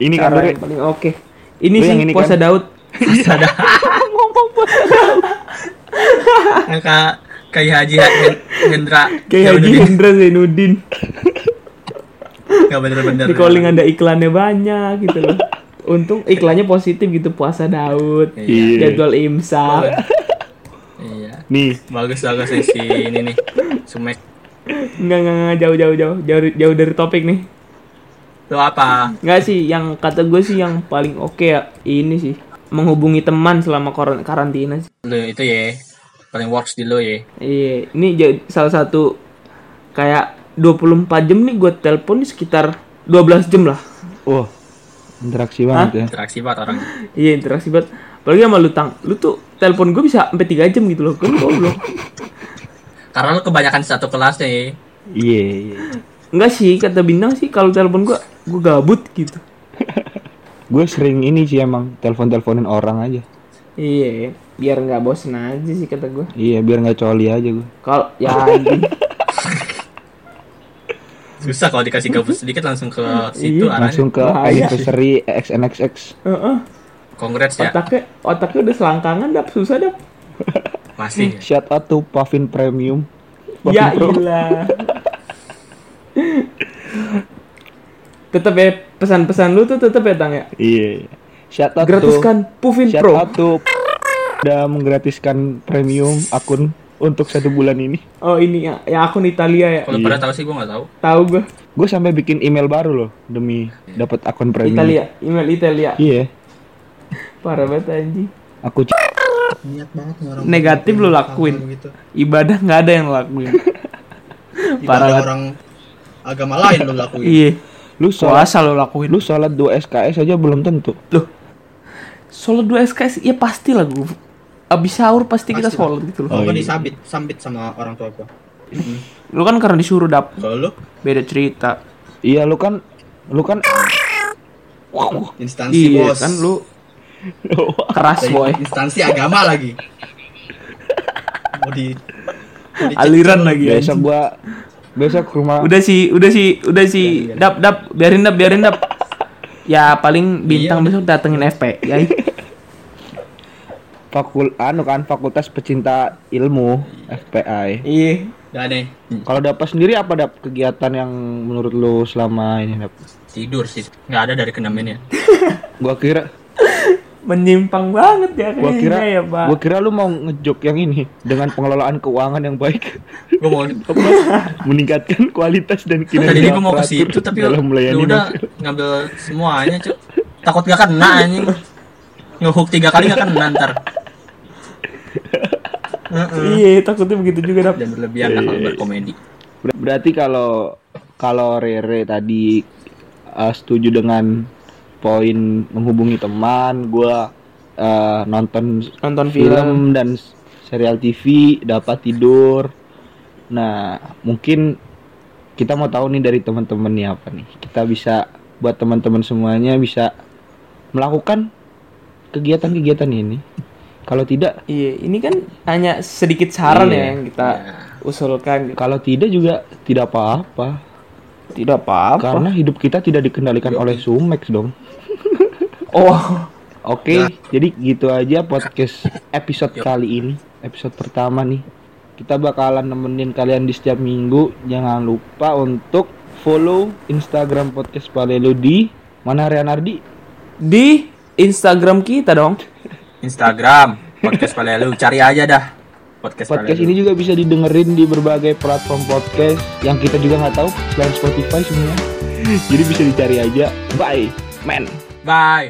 Speaker 2: ini kan Re.
Speaker 3: Cara yang paling oke. Oh, Ini
Speaker 2: Lu
Speaker 3: sih
Speaker 2: yang ini
Speaker 3: puasa
Speaker 2: kan?
Speaker 3: Daud.
Speaker 4: Yang Kak Kai Haji Hen- Hendra.
Speaker 2: Ya,
Speaker 3: Kayak Haji
Speaker 4: bener-bener.
Speaker 3: Hendra
Speaker 2: [laughs]
Speaker 3: Zainuddin.
Speaker 4: Ya bener-bener.
Speaker 3: Di calling ada iklannya banyak gitu loh. Untung iklannya positif gitu puasa Daud.
Speaker 2: Iya.
Speaker 3: Jadwal imsak.
Speaker 4: Iya.
Speaker 2: nih
Speaker 4: Bagus bagus sih si ini nih. Sumek.
Speaker 3: Enggak enggak enggak jauh jauh jauh jauh jauh dari topik nih.
Speaker 4: Lu apa?
Speaker 3: Enggak sih, yang kata gue sih yang paling oke ya ini sih menghubungi teman selama koran- karantina sih.
Speaker 4: Lu itu ya. Paling works di lu ya.
Speaker 3: Iya, ini jadi salah satu kayak 24 jam nih gue telepon nih sekitar 12 jam lah.
Speaker 2: wah oh, interaksi banget ya
Speaker 4: Interaksi banget orang.
Speaker 3: Iya, interaksi banget. Apalagi sama lu Tang. Lu tuh telepon gue bisa sampai 3 jam gitu loh. Kan goblok.
Speaker 4: Karena lu kebanyakan satu kelas nih.
Speaker 2: iya iya
Speaker 3: Enggak sih, kata Bintang sih kalau telepon gue gue gabut gitu.
Speaker 2: gue sering ini sih emang telepon teleponin orang aja
Speaker 3: Iya, biar nggak bosen aja sih kata gue.
Speaker 2: iya biar nggak coli aja gue
Speaker 3: Kalau ya anjing.
Speaker 4: Susah kalau dikasih gabut sedikit langsung ke
Speaker 3: Iya,
Speaker 4: situ arahnya.
Speaker 2: langsung ke
Speaker 3: Bahaya.
Speaker 2: anniversary
Speaker 3: iya.
Speaker 2: XNXX
Speaker 3: Heeh.
Speaker 4: Congrats ya.
Speaker 3: Otaknya otaknya udah selangkangan dap susah dap. Iya.
Speaker 4: Masih. ya.
Speaker 2: shout out to Puffin Premium Puffin
Speaker 3: Ya
Speaker 2: Pro.
Speaker 3: ilah. tetep ya pesan-pesan lu tuh tetep ya Tang ya.
Speaker 2: iya iya. shout out
Speaker 3: Gratiskan
Speaker 2: to,
Speaker 3: Pufin
Speaker 2: shout
Speaker 3: Pro.
Speaker 2: out to udah menggratiskan premium akun untuk satu bulan ini
Speaker 3: Oh ini ya, ya akun Italia ya.
Speaker 4: Kalau pada tahu sih gua nggak tahu.
Speaker 3: Tahu gue.
Speaker 2: gue sampai bikin email baru loh demi dapat akun premium
Speaker 3: Iya. Italia, email Italia.
Speaker 2: iya
Speaker 3: Parah banget anjing.
Speaker 2: aku c-
Speaker 3: Negatif lu lakuin.
Speaker 5: gitu.
Speaker 3: Ibadah nggak ada yang
Speaker 5: [laughs]
Speaker 3: lakuin. Parah banget.
Speaker 5: orang agama lain lo lakuin
Speaker 3: Iya.
Speaker 2: lu sholat
Speaker 3: Puasa lu lakuin.
Speaker 2: lu sholat 2 SKS aja belum tentu
Speaker 3: Loh. Sholat 2 SKS ya pasti lah gue. Abis sahur pasti kita sholat gitu loh.
Speaker 2: Oh,
Speaker 5: gue
Speaker 2: iya.
Speaker 5: disambit sambit sama orang tua gue
Speaker 3: Lu kan karena disuruh dap.
Speaker 5: kalau lu
Speaker 3: Beda cerita.
Speaker 2: iya lu kan lu kan
Speaker 5: instansi
Speaker 3: Iya
Speaker 5: bos
Speaker 3: kan lu
Speaker 5: Dari
Speaker 3: keras boy.
Speaker 5: instansi agama lagi mau di mau di-
Speaker 3: Aliran lagi ya.
Speaker 2: biasa gua besok ke rumah
Speaker 3: Udah sih, udah sih, udah sih. Dap, dap, [laughs] Iya. biarin dap, biarin dap. Ya paling bintang besok datengin FP, ya.
Speaker 2: fakul anu kan fakultas pecinta ilmu FPI.
Speaker 3: [laughs] Iya.
Speaker 5: Gak ada
Speaker 2: Kalau dapat sendiri apa dapat kegiatan yang menurut lu selama ini dapat?
Speaker 4: Tidur sih. Nggak ada dari kendamin ya.
Speaker 2: Gua kira
Speaker 3: Menyimpang banget ya [laughs]
Speaker 2: gua
Speaker 3: kayaknya
Speaker 2: kira
Speaker 3: ya, Pak.
Speaker 2: gua kira lu mau ngejok yang ini dengan pengelolaan keuangan yang baik [laughs]
Speaker 4: Gue mau
Speaker 2: meningkatkan kualitas dan kinerja.
Speaker 4: tadi gue mau ke
Speaker 2: operator
Speaker 4: situ tapi
Speaker 2: dalam
Speaker 4: lu
Speaker 2: melayani
Speaker 4: udah ngambil semuanya, Cuk. Takut gak kena anjing. Ngehook tiga kali gak kena ntar. Heeh.
Speaker 3: Iya, takutnya begitu juga dap.
Speaker 4: Dan berlebihan lah
Speaker 2: Iya,
Speaker 4: kalau berkomedi.
Speaker 2: Ber- Berarti kalau kalau Rere tadi uh, setuju dengan poin menghubungi teman, gua uh, nonton
Speaker 3: Nonton film.
Speaker 2: film dan s- serial TV dapat tidur. Nah, mungkin kita mau tahu nih dari teman-teman nih apa nih. Kita bisa buat teman-teman semuanya bisa melakukan kegiatan-kegiatan ini. Kalau tidak,
Speaker 3: Iya, ini kan hanya sedikit saran
Speaker 2: Iya.
Speaker 3: ya yang kita usulkan. gitu.
Speaker 2: kalau tidak juga tidak apa-apa.
Speaker 3: Tidak apa-apa.
Speaker 2: Karena hidup kita tidak dikendalikan oleh Sumex dong.
Speaker 3: [laughs] Oh,
Speaker 2: Oke, jadi gitu aja podcast episode kali ini. Episode pertama nih. Kita bakalan nemenin kalian di setiap minggu. Jangan lupa untuk follow Instagram podcast Palelu di mana Rianardi?
Speaker 3: di Instagram kita dong.
Speaker 4: Instagram podcast Palelu cari aja dah podcast,
Speaker 2: Podcast
Speaker 4: Palelu.
Speaker 2: ini juga bisa didengerin di berbagai platform podcast yang kita juga nggak [laughs] tahu selain Spotify sebenarnya. Jadi bisa dicari aja. Bye, men.
Speaker 4: Bye.